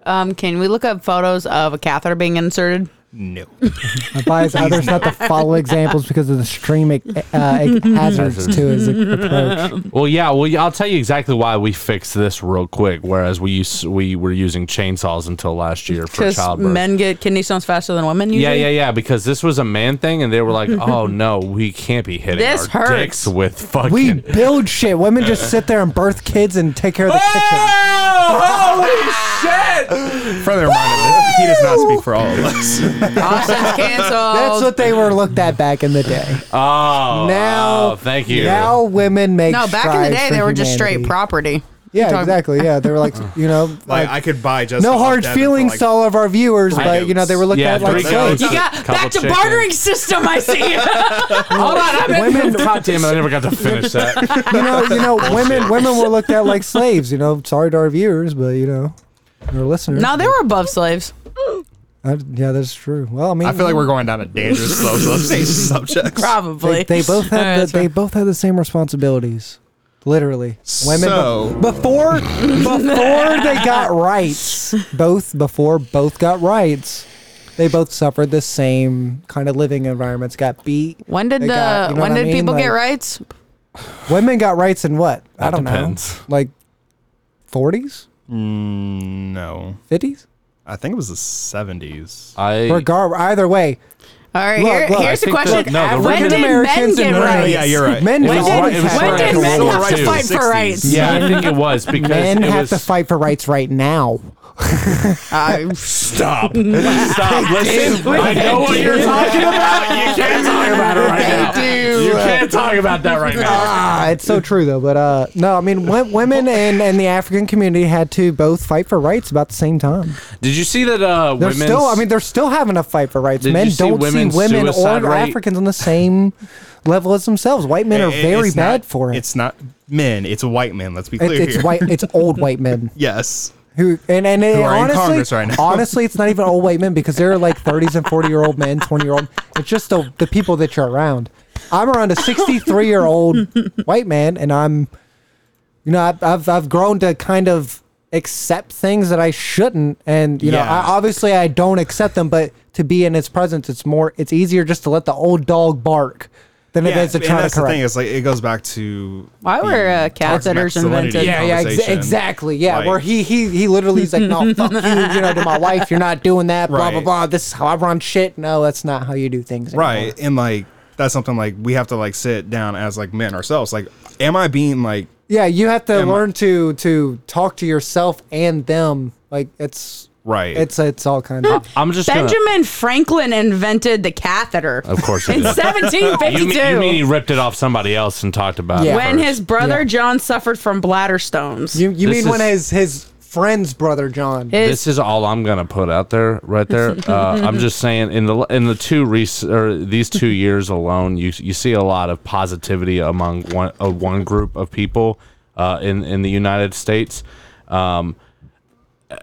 [SPEAKER 2] Um, can we look up photos of a catheter being inserted? (laughs)
[SPEAKER 8] No.
[SPEAKER 5] (laughs) Advise others not to follow examples because of the stream uh, (laughs) uh, hazards to his (laughs) approach.
[SPEAKER 6] Well, yeah. Well, yeah, I'll tell you exactly why we fixed this real quick. Whereas we use, we were using chainsaws until last year for
[SPEAKER 2] Because
[SPEAKER 6] childbirth.
[SPEAKER 2] men get kidney stones faster than women.
[SPEAKER 6] yeah,
[SPEAKER 2] Usually.
[SPEAKER 6] yeah, yeah. Because this was a man thing, and they
[SPEAKER 2] (laughs)
[SPEAKER 6] were like, "Oh no, we can't be hitting
[SPEAKER 2] This
[SPEAKER 6] our
[SPEAKER 2] hurts.
[SPEAKER 6] dicks with fucking."
[SPEAKER 5] We build shit. Women just sit there and birth kids and take care of the kitchen. (laughs)
[SPEAKER 6] Oh, holy shit!
[SPEAKER 8] Friendly reminder, he does not speak for all
[SPEAKER 2] (laughs)
[SPEAKER 8] of us.
[SPEAKER 5] (laughs)
[SPEAKER 2] Austin's canceled.
[SPEAKER 5] That's what they were looked at back in the day.
[SPEAKER 6] Oh,
[SPEAKER 5] Now,
[SPEAKER 6] oh, thank you. (laughs)
[SPEAKER 5] Now women make
[SPEAKER 2] no, back in the
[SPEAKER 5] strides
[SPEAKER 2] day
[SPEAKER 5] for
[SPEAKER 2] they were just straight
[SPEAKER 5] humanity.
[SPEAKER 2] property. You're
[SPEAKER 5] Yeah,
[SPEAKER 2] talking-
[SPEAKER 5] exactly. Yeah, they were like, you know, (laughs)
[SPEAKER 8] Like,
[SPEAKER 5] like,
[SPEAKER 8] I could buy just
[SPEAKER 5] no
[SPEAKER 8] off
[SPEAKER 5] hard
[SPEAKER 8] Devin for,
[SPEAKER 5] feelings
[SPEAKER 8] like,
[SPEAKER 5] to all of our viewers,
[SPEAKER 8] three
[SPEAKER 5] but you know, they were
[SPEAKER 8] goats.
[SPEAKER 5] looked
[SPEAKER 6] Yeah,
[SPEAKER 5] at like
[SPEAKER 6] three goats.
[SPEAKER 5] slaves.
[SPEAKER 2] You got
[SPEAKER 6] Couple
[SPEAKER 2] back to
[SPEAKER 6] chickens.
[SPEAKER 2] bartering system. I
[SPEAKER 8] (laughs)
[SPEAKER 2] see. Hold on, I'm in-
[SPEAKER 6] (laughs)
[SPEAKER 5] Women,
[SPEAKER 6] God damn it! I never got to
[SPEAKER 5] (laughs)
[SPEAKER 6] finish that.
[SPEAKER 5] you know, you know, women, women were looked at like slaves. You know, sorry to our viewers, but you know, our listeners.
[SPEAKER 2] No, they were above slaves.
[SPEAKER 5] I, yeah, that's true. Well, I mean,
[SPEAKER 8] I feel like we're going down a dangerous (laughs) slope. So let's change
[SPEAKER 5] (laughs)
[SPEAKER 8] the subjects.
[SPEAKER 2] Probably.
[SPEAKER 5] they, they both
[SPEAKER 2] All right,
[SPEAKER 5] have
[SPEAKER 2] that's
[SPEAKER 5] the, they both have the same responsibilities. Literally, women
[SPEAKER 8] So-
[SPEAKER 5] be- before before they got rights, both before both got rights, they both suffered the same kind of living environments. Got beat.
[SPEAKER 2] When did
[SPEAKER 5] They
[SPEAKER 2] the
[SPEAKER 5] got- you know
[SPEAKER 2] when
[SPEAKER 5] what I
[SPEAKER 2] did
[SPEAKER 5] mean?
[SPEAKER 2] people get
[SPEAKER 5] Like-
[SPEAKER 2] rights?
[SPEAKER 5] Women got rights in what? I
[SPEAKER 6] That
[SPEAKER 5] don't
[SPEAKER 6] depends.
[SPEAKER 5] know. Like forties,
[SPEAKER 8] Mm, no,
[SPEAKER 5] fifties.
[SPEAKER 8] I think it was the seventies.
[SPEAKER 6] I
[SPEAKER 5] Regard either way,
[SPEAKER 2] All right,
[SPEAKER 5] Look,
[SPEAKER 2] here,
[SPEAKER 5] look,
[SPEAKER 2] here's
[SPEAKER 6] I
[SPEAKER 2] the
[SPEAKER 6] think
[SPEAKER 2] question.
[SPEAKER 6] that- no, the
[SPEAKER 2] when
[SPEAKER 5] African
[SPEAKER 2] did men
[SPEAKER 5] Americans
[SPEAKER 2] get
[SPEAKER 5] and women-
[SPEAKER 2] rights?
[SPEAKER 8] Yeah, you're right.
[SPEAKER 5] men
[SPEAKER 6] It was
[SPEAKER 5] when
[SPEAKER 6] right-
[SPEAKER 5] did,
[SPEAKER 6] it was
[SPEAKER 5] when
[SPEAKER 2] when
[SPEAKER 6] right
[SPEAKER 5] did
[SPEAKER 2] did men
[SPEAKER 6] Civil
[SPEAKER 2] have to
[SPEAKER 6] rights.
[SPEAKER 2] fight for rights?
[SPEAKER 6] yeah, I think it was because
[SPEAKER 5] men
[SPEAKER 6] it
[SPEAKER 5] have
[SPEAKER 6] was
[SPEAKER 5] to fight for rights right now?
[SPEAKER 2] Uh,
[SPEAKER 6] (laughs) Stop. Stop. Listen. I know what you're talking about. You can't talk about it right now. You can't talk about that right now.
[SPEAKER 5] Ah, it's so true though. But uh, no, I mean, w- women and, and the African community had to both fight for rights about the same time.
[SPEAKER 6] Did you see that uh
[SPEAKER 5] They're
[SPEAKER 6] women
[SPEAKER 5] still, I mean, they're still having a fight for rights.
[SPEAKER 6] Did
[SPEAKER 5] Men
[SPEAKER 6] you see
[SPEAKER 5] don't see
[SPEAKER 6] women's
[SPEAKER 5] women or
[SPEAKER 6] suicide rate?
[SPEAKER 5] Africans on the same level as themselves. White men are
[SPEAKER 8] It-
[SPEAKER 5] very
[SPEAKER 8] it's
[SPEAKER 5] bad
[SPEAKER 8] not-
[SPEAKER 5] for it.
[SPEAKER 8] It's not men. It's white men. Let's be
[SPEAKER 5] It-
[SPEAKER 8] clear
[SPEAKER 5] it's
[SPEAKER 8] here.
[SPEAKER 5] white. It's old white men
[SPEAKER 8] (laughs) Yes.
[SPEAKER 5] who and and it-
[SPEAKER 8] are in
[SPEAKER 5] honestly,
[SPEAKER 8] Congress right now.
[SPEAKER 5] honestly, it's not even old white men because they're like 30s and 40 year old men, 20 year old. It's just the the people that you're around. I'm around a 63 year old white man, and I'm, you know, I've, I've I've grown to kind of accept things that I shouldn't, and you know,
[SPEAKER 8] Yeah.
[SPEAKER 5] I, obviously I don't accept them, but to be in its presence, it's more, it's easier just to let the old dog bark than it is to
[SPEAKER 8] and
[SPEAKER 5] try
[SPEAKER 8] that's
[SPEAKER 5] to
[SPEAKER 8] the thing.
[SPEAKER 5] correct.
[SPEAKER 8] It's like it goes back to
[SPEAKER 2] Why
[SPEAKER 8] the
[SPEAKER 2] were, uh, cat
[SPEAKER 8] toxic
[SPEAKER 2] sitters
[SPEAKER 8] masculinity
[SPEAKER 2] invented?
[SPEAKER 5] Yeah, yeah, exa-
[SPEAKER 8] conversation.
[SPEAKER 5] exactly. Yeah,
[SPEAKER 8] Like,
[SPEAKER 5] where he he he literally is like,
[SPEAKER 8] (laughs)
[SPEAKER 5] no, fuck you, you know, to my wife, you're not doing that, blah blah
[SPEAKER 8] Right.
[SPEAKER 5] blah. This is how I run shit. No, that's not how you do things. anymore.
[SPEAKER 8] right and like that's something like we have to like sit down as like men ourselves. Like, am I being like
[SPEAKER 5] Yeah, you have to
[SPEAKER 8] Am I-
[SPEAKER 5] learn to to talk to yourself and them. Like it's
[SPEAKER 8] right?
[SPEAKER 5] it's it's all kind of
[SPEAKER 6] I'm just gonna-
[SPEAKER 2] Benjamin Franklin invented the catheter
[SPEAKER 6] Of
[SPEAKER 5] (laughs)
[SPEAKER 6] course.
[SPEAKER 2] in
[SPEAKER 6] it is. You
[SPEAKER 2] 1752.
[SPEAKER 6] mean, you mean he ripped it off somebody else and talked about
[SPEAKER 5] Yeah.
[SPEAKER 6] it?
[SPEAKER 2] when
[SPEAKER 6] first.
[SPEAKER 2] his brother
[SPEAKER 5] Yeah.
[SPEAKER 2] John suffered from bladder stones.
[SPEAKER 5] you. You
[SPEAKER 6] This
[SPEAKER 5] mean when his
[SPEAKER 6] is-
[SPEAKER 5] his friend's brother John?
[SPEAKER 2] His-
[SPEAKER 6] this is all I'm gonna put out there, right there. Uh, I'm just saying, in the in the two rec- or these two years alone, you you see a lot of positivity among one uh, one group of people uh, in in the United States, um, uh,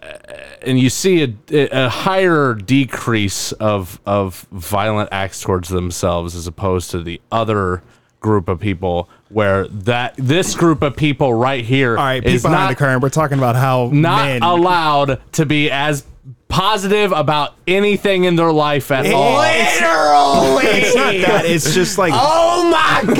[SPEAKER 6] and you see a, a higher decrease of of violent acts towards themselves as opposed to the other group of people where that this group of people right here
[SPEAKER 8] all right,
[SPEAKER 6] is
[SPEAKER 8] people
[SPEAKER 6] not
[SPEAKER 8] behind the current. We're talking about how
[SPEAKER 6] not
[SPEAKER 8] men,
[SPEAKER 6] allowed to be as positive about anything in their life at all.
[SPEAKER 8] It's not that. It's
[SPEAKER 5] (laughs)
[SPEAKER 8] just like
[SPEAKER 6] Oh my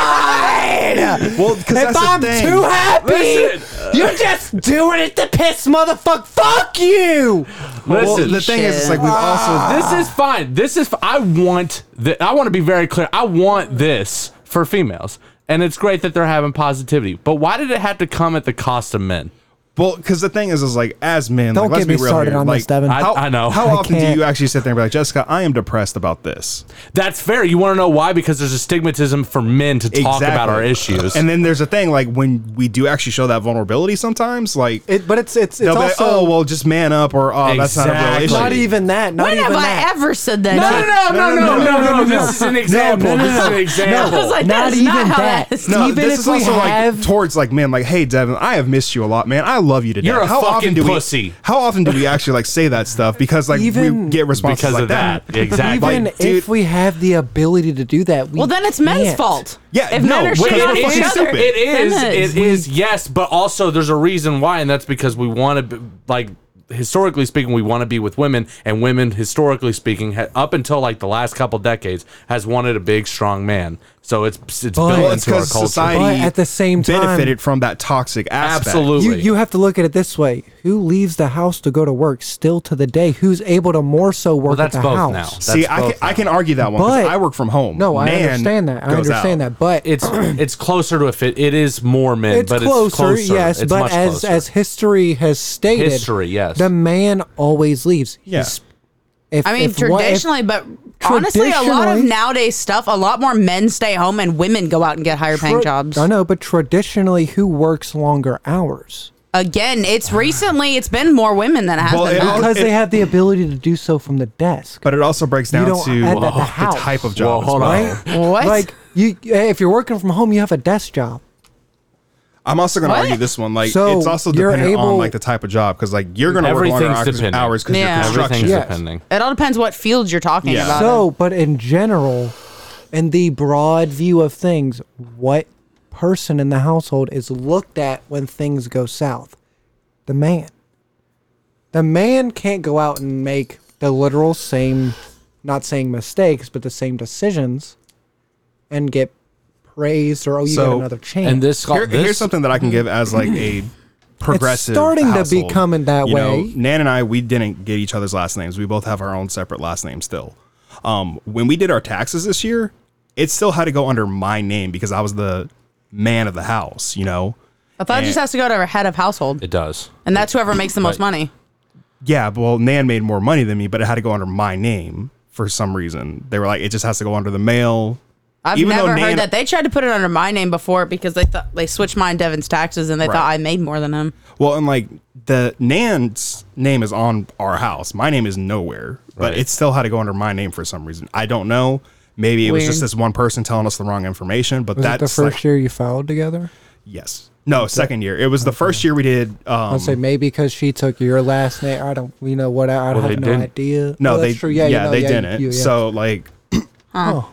[SPEAKER 6] god!
[SPEAKER 8] well, because
[SPEAKER 5] if
[SPEAKER 8] that's
[SPEAKER 5] I'm
[SPEAKER 8] the thing.
[SPEAKER 5] too happy, you're just doing it to piss, motherfucker. Fuck you.
[SPEAKER 8] well,
[SPEAKER 6] Listen,
[SPEAKER 8] the thing is, it's like we've
[SPEAKER 5] Ah.
[SPEAKER 8] also
[SPEAKER 6] this is fine. This is. I want that. I want to be very clear. I want this for females, and it's great that they're having positivity. But why did it have to come at the cost of men?
[SPEAKER 8] Well, because the thing is, is like as men,
[SPEAKER 5] Don't
[SPEAKER 8] like, let's
[SPEAKER 5] get me
[SPEAKER 8] be real
[SPEAKER 5] started
[SPEAKER 8] here.
[SPEAKER 5] on
[SPEAKER 8] like,
[SPEAKER 5] this, Devin.
[SPEAKER 6] I-
[SPEAKER 8] How,
[SPEAKER 6] know.
[SPEAKER 8] How
[SPEAKER 6] I
[SPEAKER 8] often do
[SPEAKER 5] can't.
[SPEAKER 8] you actually sit there and be like, Jessica, I am depressed about this.
[SPEAKER 6] That's fair. You want to know why? Because there's a stigmatism for men to talk about our issues.
[SPEAKER 8] And then there's a thing like when we do actually show that vulnerability sometimes, like
[SPEAKER 5] It, but it's it's it's
[SPEAKER 8] they'll be like,
[SPEAKER 5] also
[SPEAKER 8] oh well, just man up, or oh that's not a real
[SPEAKER 6] Exactly.
[SPEAKER 8] issue.
[SPEAKER 5] not even that. Not
[SPEAKER 2] when
[SPEAKER 5] even
[SPEAKER 2] have
[SPEAKER 5] that.
[SPEAKER 2] I ever said that? shit?
[SPEAKER 6] no, no, no, no, no, no, This is an example. This is an
[SPEAKER 2] I was
[SPEAKER 6] example.
[SPEAKER 2] like,
[SPEAKER 5] Not
[SPEAKER 2] that is not
[SPEAKER 5] even
[SPEAKER 2] how
[SPEAKER 5] that.
[SPEAKER 2] that is.
[SPEAKER 8] no,
[SPEAKER 5] even
[SPEAKER 8] this
[SPEAKER 5] if
[SPEAKER 8] is
[SPEAKER 5] we
[SPEAKER 8] also
[SPEAKER 5] have-
[SPEAKER 8] like towards like men, like, hey Devin, I have missed you a lot, man. I love you today.
[SPEAKER 6] You're a
[SPEAKER 8] how
[SPEAKER 6] fucking
[SPEAKER 8] often do
[SPEAKER 6] pussy.
[SPEAKER 8] We, how often do we actually like say that stuff? Because like
[SPEAKER 5] Even-
[SPEAKER 8] we get responses
[SPEAKER 6] Because
[SPEAKER 8] like
[SPEAKER 6] of that. Exactly.
[SPEAKER 5] Even
[SPEAKER 8] Like, dude-
[SPEAKER 5] if we have the ability to do that, we
[SPEAKER 2] Well, then it's men's
[SPEAKER 5] can't.
[SPEAKER 2] fault.
[SPEAKER 8] Yeah,
[SPEAKER 2] if
[SPEAKER 8] no,
[SPEAKER 2] men are
[SPEAKER 8] it
[SPEAKER 2] shitting
[SPEAKER 8] is-
[SPEAKER 2] on each
[SPEAKER 8] fucking
[SPEAKER 2] other,
[SPEAKER 8] stupid.
[SPEAKER 6] It is.
[SPEAKER 2] then
[SPEAKER 6] It is. Yes, but also there's a reason why, and that's because we want to, like, historically speaking, we want to be with women, and women, historically speaking, ha- up until like the last couple decades, has wanted a big, strong man. So it's it's
[SPEAKER 5] But-
[SPEAKER 6] built
[SPEAKER 8] well, it's
[SPEAKER 6] into our
[SPEAKER 8] because
[SPEAKER 6] culture.
[SPEAKER 8] society
[SPEAKER 5] But at the same time-
[SPEAKER 8] benefited from that toxic aspect.
[SPEAKER 5] You,
[SPEAKER 6] Absolutely.
[SPEAKER 5] you have to look at it this way: Who leaves the house to go to work? Still to the day, who's able to more so work
[SPEAKER 6] that's
[SPEAKER 5] at the
[SPEAKER 6] both
[SPEAKER 5] house?
[SPEAKER 6] now.
[SPEAKER 8] See,
[SPEAKER 6] That's
[SPEAKER 8] I can,
[SPEAKER 6] both
[SPEAKER 8] I can argue that one. 'cause
[SPEAKER 5] But-
[SPEAKER 8] I work from home.
[SPEAKER 5] No, I
[SPEAKER 8] Man
[SPEAKER 5] understand that. I
[SPEAKER 8] goes
[SPEAKER 5] understand
[SPEAKER 8] out.
[SPEAKER 5] that, but
[SPEAKER 2] (clears throat)
[SPEAKER 6] it's it's closer to a fit. It is more men,
[SPEAKER 5] it's,
[SPEAKER 6] but
[SPEAKER 5] closer,
[SPEAKER 6] it's closer.
[SPEAKER 5] yes.
[SPEAKER 6] It's
[SPEAKER 5] but
[SPEAKER 6] much
[SPEAKER 5] as
[SPEAKER 6] closer.
[SPEAKER 5] as history has stated,
[SPEAKER 6] History, yes.
[SPEAKER 5] the man always leaves.
[SPEAKER 8] Yeah.
[SPEAKER 5] He's- if-
[SPEAKER 2] I mean,
[SPEAKER 5] if one- if-
[SPEAKER 2] traditionally, but honestly, a lot of
[SPEAKER 5] Traditionally-
[SPEAKER 2] nowadays stuff, a lot more men stay home and women go out and get higher paying
[SPEAKER 5] tra-
[SPEAKER 2] jobs.
[SPEAKER 5] I know, but traditionally, who works longer hours?
[SPEAKER 2] Again, it's recently, it's been more women than it has
[SPEAKER 8] Well,
[SPEAKER 2] been
[SPEAKER 8] it
[SPEAKER 2] men.
[SPEAKER 8] all-
[SPEAKER 5] Because
[SPEAKER 8] it-
[SPEAKER 5] they have the ability to do so from the desk.
[SPEAKER 8] But it also breaks down
[SPEAKER 5] don't
[SPEAKER 8] to
[SPEAKER 5] add that to
[SPEAKER 8] uh,
[SPEAKER 5] house.
[SPEAKER 8] (laughs)
[SPEAKER 5] eh,
[SPEAKER 8] the type of job.
[SPEAKER 6] Well, hold
[SPEAKER 8] as well.
[SPEAKER 5] right?
[SPEAKER 6] on. (laughs)
[SPEAKER 2] What?
[SPEAKER 5] Like you, if you're working from home, you have a desk job.
[SPEAKER 8] I'm also going to
[SPEAKER 2] What?
[SPEAKER 8] argue this one. Like,
[SPEAKER 5] So
[SPEAKER 8] it's also
[SPEAKER 5] you're
[SPEAKER 8] dependent on
[SPEAKER 5] able-
[SPEAKER 8] like the type of job because like you're going to work longer
[SPEAKER 6] Everything's
[SPEAKER 8] hours-
[SPEAKER 6] dependent.
[SPEAKER 8] hours because
[SPEAKER 2] Yeah.
[SPEAKER 8] you're construction.
[SPEAKER 6] Everything's
[SPEAKER 5] Yes.
[SPEAKER 6] depending.
[SPEAKER 2] It all depends what field you're talking
[SPEAKER 8] Yeah.
[SPEAKER 2] about.
[SPEAKER 5] So, but in general, in the broad view of things, what person in the household is looked at when things go south? The man. The man can't go out and make the literal same, not saying mistakes, but the same decisions and get praised or, oh, you got
[SPEAKER 8] So-
[SPEAKER 5] another chance.
[SPEAKER 6] And this,
[SPEAKER 8] Here-
[SPEAKER 6] this
[SPEAKER 8] here's something that I can give as like a progressive.
[SPEAKER 5] starting to
[SPEAKER 8] household.
[SPEAKER 5] become in that
[SPEAKER 8] You know,
[SPEAKER 5] way.
[SPEAKER 8] Nan and I, we didn't get each other's last names. We both have our own separate last names still. Um, when we did our taxes this year, it still had to go under my name because I was the man of the house. You know.
[SPEAKER 2] I thought it just has to go to our head of household,
[SPEAKER 6] it does.
[SPEAKER 2] and that's whoever makes the most money.
[SPEAKER 8] Yeah, but, well, Nan made more money than me, but it had to go under my name for some reason. They were like, it just has to go under the mail.
[SPEAKER 2] I've
[SPEAKER 8] Even though
[SPEAKER 2] never
[SPEAKER 8] Nan-
[SPEAKER 2] heard that. They tried to put it under my name before because they thought they switched mine Devin's taxes, and they thought
[SPEAKER 8] Right.
[SPEAKER 2] I made more than him.
[SPEAKER 8] Well, and like the Nan's name is on our house. My name is nowhere, but
[SPEAKER 6] Right.
[SPEAKER 8] it still had to go under my name for some reason. I don't know. Maybe it was just
[SPEAKER 2] Weird.
[SPEAKER 8] this one person telling us the wrong information, but
[SPEAKER 5] was it
[SPEAKER 8] that's
[SPEAKER 5] the first
[SPEAKER 8] like,
[SPEAKER 5] year you filed together?
[SPEAKER 8] yes. No, second year. It was the first year we did. Um,
[SPEAKER 5] I'd say maybe because she took your last name. I don't, you know what? I, I
[SPEAKER 6] Well, they
[SPEAKER 5] have no
[SPEAKER 6] didn't.
[SPEAKER 5] idea.
[SPEAKER 8] no,
[SPEAKER 5] Oh,
[SPEAKER 8] they
[SPEAKER 5] that's true. Yeah, you know,
[SPEAKER 8] they
[SPEAKER 5] yeah, you-
[SPEAKER 8] didn't.
[SPEAKER 5] you- yeah.
[SPEAKER 8] So like,
[SPEAKER 5] Oh,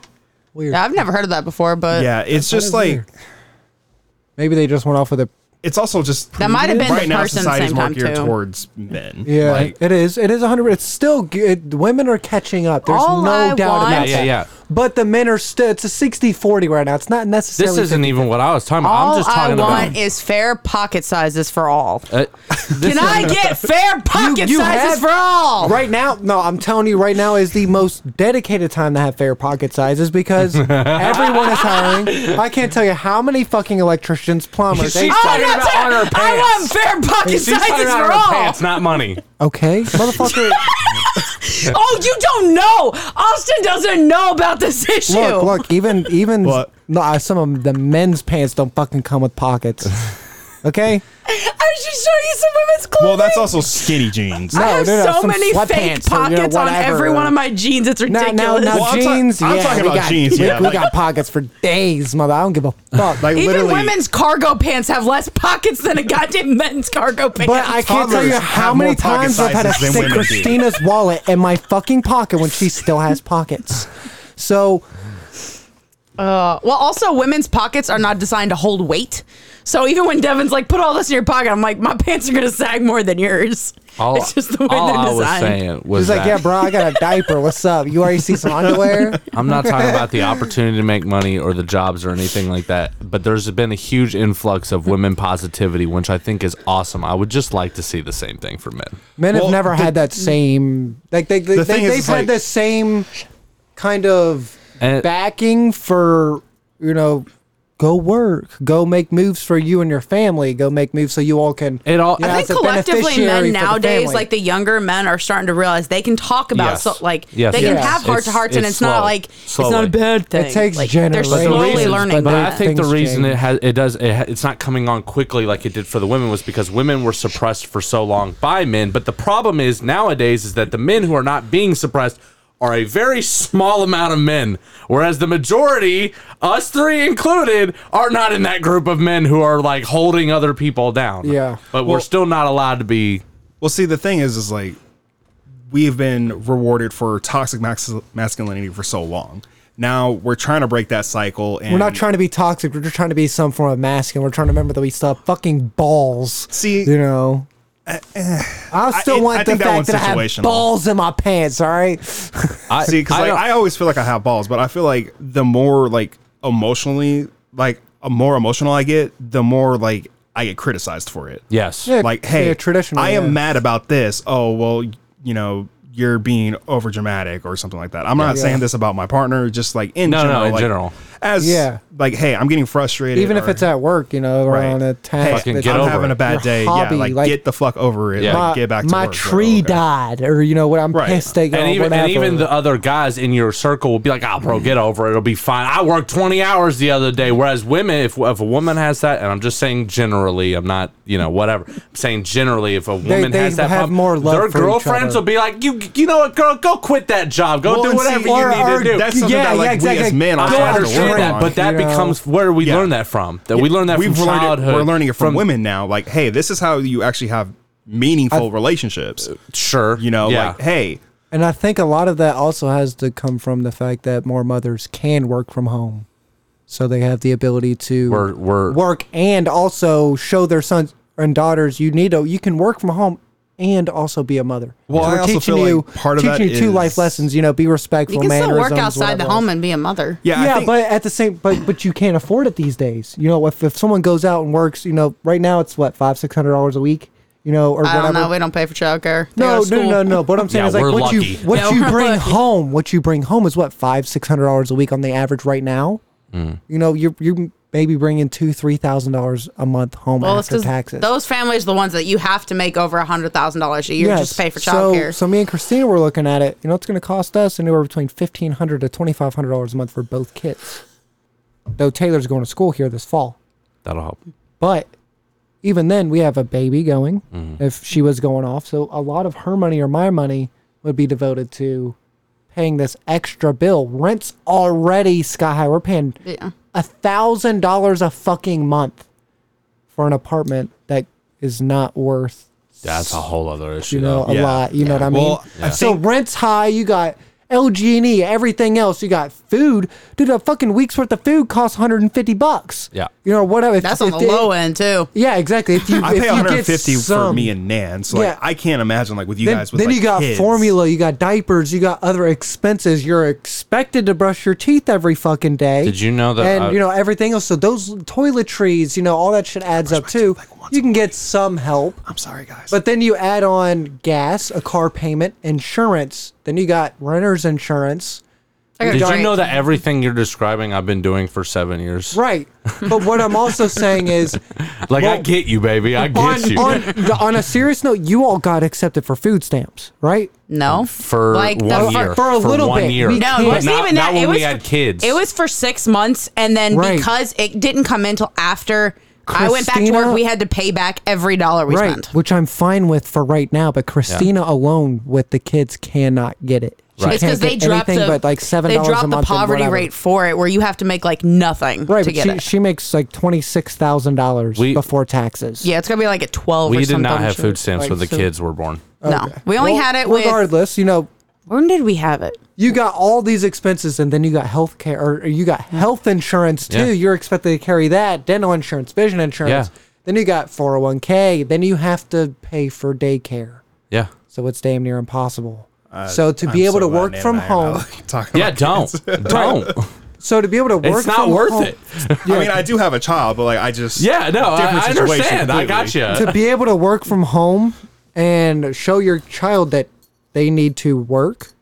[SPEAKER 5] weird.
[SPEAKER 2] Yeah, I've never heard of that before, but
[SPEAKER 8] yeah, it's just
[SPEAKER 5] is
[SPEAKER 8] like
[SPEAKER 5] weird. Maybe they just went off with a
[SPEAKER 8] it's also just
[SPEAKER 2] That might have been
[SPEAKER 8] right
[SPEAKER 2] the
[SPEAKER 8] now
[SPEAKER 2] person at the
[SPEAKER 8] society's
[SPEAKER 2] same
[SPEAKER 8] more
[SPEAKER 2] time,
[SPEAKER 8] geared
[SPEAKER 2] too.
[SPEAKER 8] towards men.
[SPEAKER 5] yeah.
[SPEAKER 8] Like,
[SPEAKER 5] it is. It is 100. It's still good. Women are catching up. There's
[SPEAKER 2] All
[SPEAKER 5] no
[SPEAKER 2] I
[SPEAKER 5] doubt
[SPEAKER 2] want-
[SPEAKER 5] about
[SPEAKER 6] Yeah, yeah,
[SPEAKER 5] that.
[SPEAKER 6] yeah.
[SPEAKER 5] But the men are still. It's a 60-40 right now. It's not necessarily.
[SPEAKER 6] This isn't
[SPEAKER 5] 50.
[SPEAKER 6] even what I was talking about. I'm
[SPEAKER 2] all
[SPEAKER 6] just
[SPEAKER 2] I
[SPEAKER 6] talking
[SPEAKER 2] want
[SPEAKER 6] about.
[SPEAKER 2] is fair pocket sizes for all.
[SPEAKER 6] Uh, this
[SPEAKER 2] Can I
[SPEAKER 6] (laughs) is-
[SPEAKER 2] get fair pocket
[SPEAKER 5] you
[SPEAKER 2] sizes
[SPEAKER 5] have-
[SPEAKER 2] for all?
[SPEAKER 5] Right now, no, I'm telling you, right now is the most dedicated time to have fair pocket sizes
[SPEAKER 8] (laughs)
[SPEAKER 5] because everyone is hiring. I can't tell you how many fucking electricians, plumbers.
[SPEAKER 6] She's
[SPEAKER 5] they-
[SPEAKER 2] Oh,
[SPEAKER 6] talking
[SPEAKER 2] no,
[SPEAKER 6] about
[SPEAKER 2] fair-
[SPEAKER 6] on her pants.
[SPEAKER 2] I want fair pocket
[SPEAKER 6] She's talking
[SPEAKER 2] sizes
[SPEAKER 6] about
[SPEAKER 2] for
[SPEAKER 6] her
[SPEAKER 2] all.
[SPEAKER 6] pants, not money.
[SPEAKER 8] (laughs)
[SPEAKER 5] okay, motherfucker.
[SPEAKER 2] Oh, you don't know. Austin doesn't know about this issue.
[SPEAKER 5] Look, look, even even
[SPEAKER 8] What?
[SPEAKER 5] no, uh, some of the men's pants don't fucking come with
[SPEAKER 8] (laughs)
[SPEAKER 5] pockets. Okay,
[SPEAKER 2] I should show you some women's clothing.
[SPEAKER 8] well, that's also
[SPEAKER 2] (laughs)
[SPEAKER 8] skinny jeans.
[SPEAKER 2] I have
[SPEAKER 5] No, no, no,
[SPEAKER 2] so
[SPEAKER 5] some
[SPEAKER 2] many fake
[SPEAKER 5] sweatpants, so, you know,
[SPEAKER 2] pockets on
[SPEAKER 5] whatever.
[SPEAKER 2] every one of my jeans. It's
[SPEAKER 5] now
[SPEAKER 2] ridiculous.
[SPEAKER 5] now now
[SPEAKER 8] Well, I'm ta-
[SPEAKER 5] jeans.
[SPEAKER 8] I'm
[SPEAKER 5] yeah,
[SPEAKER 8] talking
[SPEAKER 5] we
[SPEAKER 8] about
[SPEAKER 5] got,
[SPEAKER 8] jeans,
[SPEAKER 5] We,
[SPEAKER 8] yeah,
[SPEAKER 5] we
[SPEAKER 8] like-
[SPEAKER 5] got pockets for days, mother. I don't give a fuck.
[SPEAKER 8] Like
[SPEAKER 2] Even
[SPEAKER 8] literally,
[SPEAKER 2] women's cargo pants have less pockets than a goddamn men's cargo pants.
[SPEAKER 5] But I can't tell you
[SPEAKER 8] Toddlers
[SPEAKER 5] how
[SPEAKER 8] have
[SPEAKER 5] many
[SPEAKER 8] more pocket
[SPEAKER 5] times I've had to
[SPEAKER 8] sizes than
[SPEAKER 5] stick
[SPEAKER 8] women do.
[SPEAKER 5] Christina's wallet in my fucking pocket when she still has pockets. So
[SPEAKER 2] Uh, well, also women's pockets are not designed to hold weight. So even when Devin's like, put all this in your pocket, I'm like, my pants are gonna sag more than yours.
[SPEAKER 6] All,
[SPEAKER 2] it's just the way
[SPEAKER 6] all
[SPEAKER 2] they're
[SPEAKER 6] I
[SPEAKER 2] designed.
[SPEAKER 6] was saying was
[SPEAKER 5] she's like,
[SPEAKER 6] that
[SPEAKER 5] "Yeah, bro, I got a diaper. What's up? You already see
[SPEAKER 8] (laughs)
[SPEAKER 5] some underwear?
[SPEAKER 6] I'm not talking
[SPEAKER 2] (laughs)
[SPEAKER 6] about the opportunity to make money or the jobs or anything like that, but there's been a huge influx of women positivity, which I think is awesome. I would just like to see the same thing for men.
[SPEAKER 5] Men have
[SPEAKER 8] Well,
[SPEAKER 5] never
[SPEAKER 8] the-
[SPEAKER 5] had that same like they, they,
[SPEAKER 8] The
[SPEAKER 5] they
[SPEAKER 8] thing is,
[SPEAKER 5] they've
[SPEAKER 8] it's
[SPEAKER 5] had
[SPEAKER 8] like-
[SPEAKER 5] the same kind of
[SPEAKER 6] And-
[SPEAKER 5] backing for you know go work go make moves for you and your family go make moves so you all can
[SPEAKER 6] It all-
[SPEAKER 5] you know,
[SPEAKER 2] I think
[SPEAKER 5] as a
[SPEAKER 2] collectively,
[SPEAKER 5] beneficiary for
[SPEAKER 2] men
[SPEAKER 5] the
[SPEAKER 2] nowadays,
[SPEAKER 5] family.
[SPEAKER 2] like the younger men, are starting to realize they can talk about
[SPEAKER 6] Yes.
[SPEAKER 2] so, like
[SPEAKER 6] Yes.
[SPEAKER 2] they can
[SPEAKER 5] Yes.
[SPEAKER 2] have heart to hearts, and
[SPEAKER 6] It's-
[SPEAKER 2] it's not
[SPEAKER 6] it's
[SPEAKER 2] like
[SPEAKER 6] slowly.
[SPEAKER 2] it's not a bad thing.
[SPEAKER 5] It takes
[SPEAKER 2] like, They're
[SPEAKER 5] generations,
[SPEAKER 2] slowly
[SPEAKER 5] but
[SPEAKER 2] learning
[SPEAKER 5] they-
[SPEAKER 6] But
[SPEAKER 2] that.
[SPEAKER 6] I think the
[SPEAKER 5] things
[SPEAKER 6] reason
[SPEAKER 5] change.
[SPEAKER 6] it has it does it ha, it's not coming on quickly like it did for the women was because women were suppressed for so long by men. But the problem is nowadays is that the men who are not being suppressed are a very small amount of men, whereas the majority, us three included, are not in that group of men who are like holding other people down.
[SPEAKER 5] Yeah.
[SPEAKER 6] but we're still not allowed to be.
[SPEAKER 8] Well, see, the thing is, is like we've been rewarded for toxic max- masculinity for so long. Now we're trying to break that cycle, and
[SPEAKER 5] we're not trying to be toxic we're just trying to be some form of masculine we're trying to remember that we still have fucking balls
[SPEAKER 8] See-
[SPEAKER 5] you know I still
[SPEAKER 8] I-
[SPEAKER 5] want
[SPEAKER 8] I
[SPEAKER 5] the
[SPEAKER 8] think that
[SPEAKER 5] fact
[SPEAKER 8] one's
[SPEAKER 5] that I have
[SPEAKER 8] situational.
[SPEAKER 5] balls in my pants all right (laughs)
[SPEAKER 6] I,
[SPEAKER 8] see because like
[SPEAKER 6] don't-
[SPEAKER 8] I always feel like I have balls, but I feel like the more like emotionally, like a more emotional I get, the more like I get criticized for it.
[SPEAKER 6] yes,
[SPEAKER 5] Yeah.
[SPEAKER 8] like hey,
[SPEAKER 5] Yeah, traditional,
[SPEAKER 8] I am
[SPEAKER 5] yeah.
[SPEAKER 8] mad about this. Oh well, you know. You're being over dramatic or something like that. I'm not
[SPEAKER 5] Yeah.
[SPEAKER 8] saying this about my partner, just like in
[SPEAKER 6] No, no,
[SPEAKER 8] general.
[SPEAKER 6] in
[SPEAKER 8] like,
[SPEAKER 6] general.
[SPEAKER 8] As
[SPEAKER 5] Yeah.
[SPEAKER 8] like, hey, I'm getting frustrated.
[SPEAKER 5] even if
[SPEAKER 8] or-
[SPEAKER 5] it's at work you know or
[SPEAKER 8] Right.
[SPEAKER 5] on a task
[SPEAKER 6] Fucking
[SPEAKER 5] that-
[SPEAKER 6] get
[SPEAKER 8] I'm
[SPEAKER 6] over
[SPEAKER 8] having
[SPEAKER 6] it.
[SPEAKER 8] a bad
[SPEAKER 5] Your
[SPEAKER 8] day.
[SPEAKER 5] hobby,
[SPEAKER 8] yeah, like,
[SPEAKER 5] like-
[SPEAKER 8] get the fuck over it.
[SPEAKER 6] Yeah.
[SPEAKER 8] Like,
[SPEAKER 5] my,
[SPEAKER 8] get back to
[SPEAKER 5] my
[SPEAKER 8] work.
[SPEAKER 5] tree
[SPEAKER 8] Like, okay.
[SPEAKER 5] died or you know what i'm
[SPEAKER 8] Right.
[SPEAKER 5] pissed they go
[SPEAKER 6] and even, and
[SPEAKER 5] whatever.
[SPEAKER 6] even the other guys in your circle will be like, "Ah, bro, get over it. It'll be fine." I worked twenty hours the other day. Whereas women, if, if a woman has that, and I'm just saying generally, I'm not you know, whatever. I'm saying generally, if a woman
[SPEAKER 5] they
[SPEAKER 6] has that
[SPEAKER 5] have
[SPEAKER 6] problem,
[SPEAKER 5] more love
[SPEAKER 6] their
[SPEAKER 5] for each
[SPEAKER 6] girlfriends
[SPEAKER 5] other.
[SPEAKER 6] will be like, you, you know what, girl, go quit that job, go
[SPEAKER 8] Well,
[SPEAKER 6] do
[SPEAKER 8] and
[SPEAKER 6] whatever
[SPEAKER 8] see, or-
[SPEAKER 6] you need
[SPEAKER 8] or
[SPEAKER 6] to do.
[SPEAKER 8] that's something
[SPEAKER 5] Yeah,
[SPEAKER 8] that, like,
[SPEAKER 5] yeah,
[SPEAKER 8] we
[SPEAKER 5] exactly.
[SPEAKER 8] as men
[SPEAKER 5] I
[SPEAKER 8] also
[SPEAKER 6] I
[SPEAKER 8] have to work
[SPEAKER 6] understand that,
[SPEAKER 8] on.
[SPEAKER 6] but that
[SPEAKER 5] you know.
[SPEAKER 6] becomes where we
[SPEAKER 8] Yeah.
[SPEAKER 6] learn that from. That we learn that
[SPEAKER 8] We've
[SPEAKER 6] from
[SPEAKER 8] learned it-
[SPEAKER 6] childhood.
[SPEAKER 8] we're learning it from, women now. Like, hey, this is how you actually have meaningful relationships.
[SPEAKER 6] Sure,
[SPEAKER 8] You know,
[SPEAKER 6] yeah.
[SPEAKER 8] like, hey,
[SPEAKER 5] And I think a lot of that also has to come from the fact that more mothers can work from home. So they have the ability to
[SPEAKER 6] We're- we're-
[SPEAKER 5] work and also show their sons and daughters you need to you can work from home and also be a mother.
[SPEAKER 8] Well,
[SPEAKER 5] So
[SPEAKER 8] I
[SPEAKER 5] we're
[SPEAKER 8] also
[SPEAKER 5] teaching
[SPEAKER 8] feel
[SPEAKER 5] you
[SPEAKER 8] like part of
[SPEAKER 5] teaching
[SPEAKER 8] that
[SPEAKER 5] you two
[SPEAKER 8] is-
[SPEAKER 5] life lessons, you know, be respectful,
[SPEAKER 4] You can still work
[SPEAKER 5] mannerisms,
[SPEAKER 4] outside the
[SPEAKER 5] whatever
[SPEAKER 4] home
[SPEAKER 5] else.
[SPEAKER 4] and be a mother.
[SPEAKER 8] yeah, I
[SPEAKER 5] yeah,
[SPEAKER 8] think-
[SPEAKER 5] but at the same, but but you can't afford it these days. You know, if, if someone goes out and works, you know, right now it's what five six hundred dollars a week, you know, or
[SPEAKER 4] I
[SPEAKER 5] whatever.
[SPEAKER 4] don't know. We don't pay for childcare. They
[SPEAKER 5] No,
[SPEAKER 4] go to
[SPEAKER 5] no,
[SPEAKER 4] school.
[SPEAKER 5] no, no. But I'm saying
[SPEAKER 6] Yeah,
[SPEAKER 5] is like
[SPEAKER 6] we're
[SPEAKER 5] what
[SPEAKER 6] lucky.
[SPEAKER 5] you what
[SPEAKER 2] Yeah,
[SPEAKER 5] you
[SPEAKER 2] we're
[SPEAKER 5] bring
[SPEAKER 2] lucky.
[SPEAKER 5] home. What you bring home is what five six hundred dollars a week on the average right now.
[SPEAKER 6] Hmm.
[SPEAKER 5] You know, you're you're maybe bringing two three thousand dollars a month home
[SPEAKER 2] Well, it's
[SPEAKER 5] after
[SPEAKER 2] 'cause
[SPEAKER 5] taxes.
[SPEAKER 4] Those families are the ones that you have to make over hundred thousand dollars a year just to pay for childcare.
[SPEAKER 5] So, so me and Christina were looking at it. You know, it's going to cost us anywhere between fifteen hundred to twenty five hundred dollars a month for both kids. Though Taylor's going to school here this fall,
[SPEAKER 6] that'll help.
[SPEAKER 5] but even then we have a baby going.
[SPEAKER 8] Mm-hmm.
[SPEAKER 5] If she was going off, so a lot of her money or my money would be devoted to paying this extra bill. Rent's already sky high. We're paying
[SPEAKER 4] yeah.
[SPEAKER 5] a thousand dollars a fucking month for an apartment that is not worth
[SPEAKER 6] That's a whole other issue.
[SPEAKER 5] you know
[SPEAKER 6] though.
[SPEAKER 5] a
[SPEAKER 8] Yeah.
[SPEAKER 5] lot. You know what I mean?
[SPEAKER 8] Well, I
[SPEAKER 5] So rent's high. You got LG&E, E, everything else. You got food, dude. A fucking week's worth of food costs 150 bucks.
[SPEAKER 6] Yeah.
[SPEAKER 5] you know whatever. If-
[SPEAKER 4] That's on
[SPEAKER 5] if
[SPEAKER 4] the
[SPEAKER 5] they-
[SPEAKER 4] low end too.
[SPEAKER 5] Yeah, exactly. If you,
[SPEAKER 8] (laughs)
[SPEAKER 5] if
[SPEAKER 8] I pay
[SPEAKER 5] you get
[SPEAKER 8] 150 for
[SPEAKER 5] some-
[SPEAKER 8] me and Nan. So like,
[SPEAKER 5] Yeah.
[SPEAKER 8] I can't imagine like with you
[SPEAKER 5] then,
[SPEAKER 8] guys. With
[SPEAKER 5] then
[SPEAKER 8] like,
[SPEAKER 5] you got
[SPEAKER 8] kids.
[SPEAKER 5] formula, you got diapers, you got other expenses. You're expected to brush your teeth every fucking day.
[SPEAKER 6] Did you know that
[SPEAKER 5] And
[SPEAKER 8] uh,
[SPEAKER 6] I-
[SPEAKER 5] you know everything else. So those toiletries, you know, all that shit adds up too. you can get some help.
[SPEAKER 8] I'm sorry, guys.
[SPEAKER 5] But then you add on gas, a car payment, insurance. Then you got renter's insurance.
[SPEAKER 4] I got a
[SPEAKER 6] Did you
[SPEAKER 4] great-
[SPEAKER 6] know that everything you're describing I've been doing for seven years?
[SPEAKER 8] (laughs)
[SPEAKER 5] Right. But what I'm also saying is
[SPEAKER 6] Like I
[SPEAKER 5] Well,
[SPEAKER 6] get you, baby. I get
[SPEAKER 5] on,
[SPEAKER 6] you.
[SPEAKER 5] on, on a serious note, you all got accepted for food stamps, right?
[SPEAKER 4] No.
[SPEAKER 6] for
[SPEAKER 4] Like the
[SPEAKER 6] one
[SPEAKER 4] fir-
[SPEAKER 6] year.
[SPEAKER 5] for a little
[SPEAKER 6] one
[SPEAKER 5] bit.
[SPEAKER 6] Year.
[SPEAKER 5] We
[SPEAKER 2] No,
[SPEAKER 5] Yeah.
[SPEAKER 2] it
[SPEAKER 5] But
[SPEAKER 2] wasn't
[SPEAKER 6] not-
[SPEAKER 2] even
[SPEAKER 6] not
[SPEAKER 2] that.
[SPEAKER 6] when
[SPEAKER 2] it was
[SPEAKER 6] we had
[SPEAKER 2] for-
[SPEAKER 6] kids.
[SPEAKER 2] It was for six months, and then
[SPEAKER 5] Right.
[SPEAKER 4] because it didn't come in till after I went back to
[SPEAKER 5] Christina-
[SPEAKER 4] work, we had to pay back every dollar we
[SPEAKER 5] Right.
[SPEAKER 4] spent.
[SPEAKER 5] Which I'm fine with for right now, but Christina alone with the kids cannot get it. She
[SPEAKER 6] Right.
[SPEAKER 4] It's because
[SPEAKER 5] can't
[SPEAKER 4] they
[SPEAKER 5] get
[SPEAKER 4] dropped
[SPEAKER 5] anything
[SPEAKER 4] the
[SPEAKER 5] but like seven
[SPEAKER 4] They
[SPEAKER 5] dollars a
[SPEAKER 4] dropped the
[SPEAKER 5] month and
[SPEAKER 4] poverty
[SPEAKER 5] whatever.
[SPEAKER 4] rate for it, where you have to make like nothing
[SPEAKER 5] Right,
[SPEAKER 4] to
[SPEAKER 5] but
[SPEAKER 4] get
[SPEAKER 5] she,
[SPEAKER 4] it.
[SPEAKER 5] she makes like twenty six thousand dollars
[SPEAKER 6] We-
[SPEAKER 5] before taxes.
[SPEAKER 4] yeah, it's gonna be like at twelve. or
[SPEAKER 6] we did
[SPEAKER 4] some
[SPEAKER 6] not
[SPEAKER 4] dumb
[SPEAKER 6] have
[SPEAKER 4] shit.
[SPEAKER 6] food stamps
[SPEAKER 5] Like,
[SPEAKER 6] when the
[SPEAKER 5] so-
[SPEAKER 6] kids were born.
[SPEAKER 4] No, we only
[SPEAKER 5] Well,
[SPEAKER 4] had it with.
[SPEAKER 5] regardless, you know,
[SPEAKER 2] When did we have it?
[SPEAKER 5] you got all these expenses and then you got health care or or you got
[SPEAKER 4] Mm-hmm.
[SPEAKER 5] health insurance too
[SPEAKER 6] Yeah.
[SPEAKER 5] you're expected to carry that dental insurance vision insurance
[SPEAKER 6] Yeah.
[SPEAKER 5] then you got 401k then you have to pay for daycare
[SPEAKER 6] Yeah.
[SPEAKER 5] so it's damn near impossible so to be
[SPEAKER 8] Uh, I'm
[SPEAKER 5] able
[SPEAKER 8] so
[SPEAKER 5] to
[SPEAKER 8] glad
[SPEAKER 5] work
[SPEAKER 8] Nan
[SPEAKER 5] from
[SPEAKER 8] and I are not,
[SPEAKER 5] home
[SPEAKER 8] like, talking
[SPEAKER 6] Yeah,
[SPEAKER 8] about
[SPEAKER 5] (laughs)
[SPEAKER 6] don't. Don't.
[SPEAKER 5] so to be able to work
[SPEAKER 6] it's not
[SPEAKER 5] from
[SPEAKER 6] worth
[SPEAKER 5] home-
[SPEAKER 6] it.
[SPEAKER 8] I mean, I do have a child, but like, I just
[SPEAKER 6] Yeah, no,
[SPEAKER 5] (laughs)
[SPEAKER 6] I,
[SPEAKER 8] Different
[SPEAKER 6] I
[SPEAKER 8] situation
[SPEAKER 6] understand. I
[SPEAKER 8] completely.
[SPEAKER 6] got gotcha. you.
[SPEAKER 5] to be able to work from home and show your child that they need to work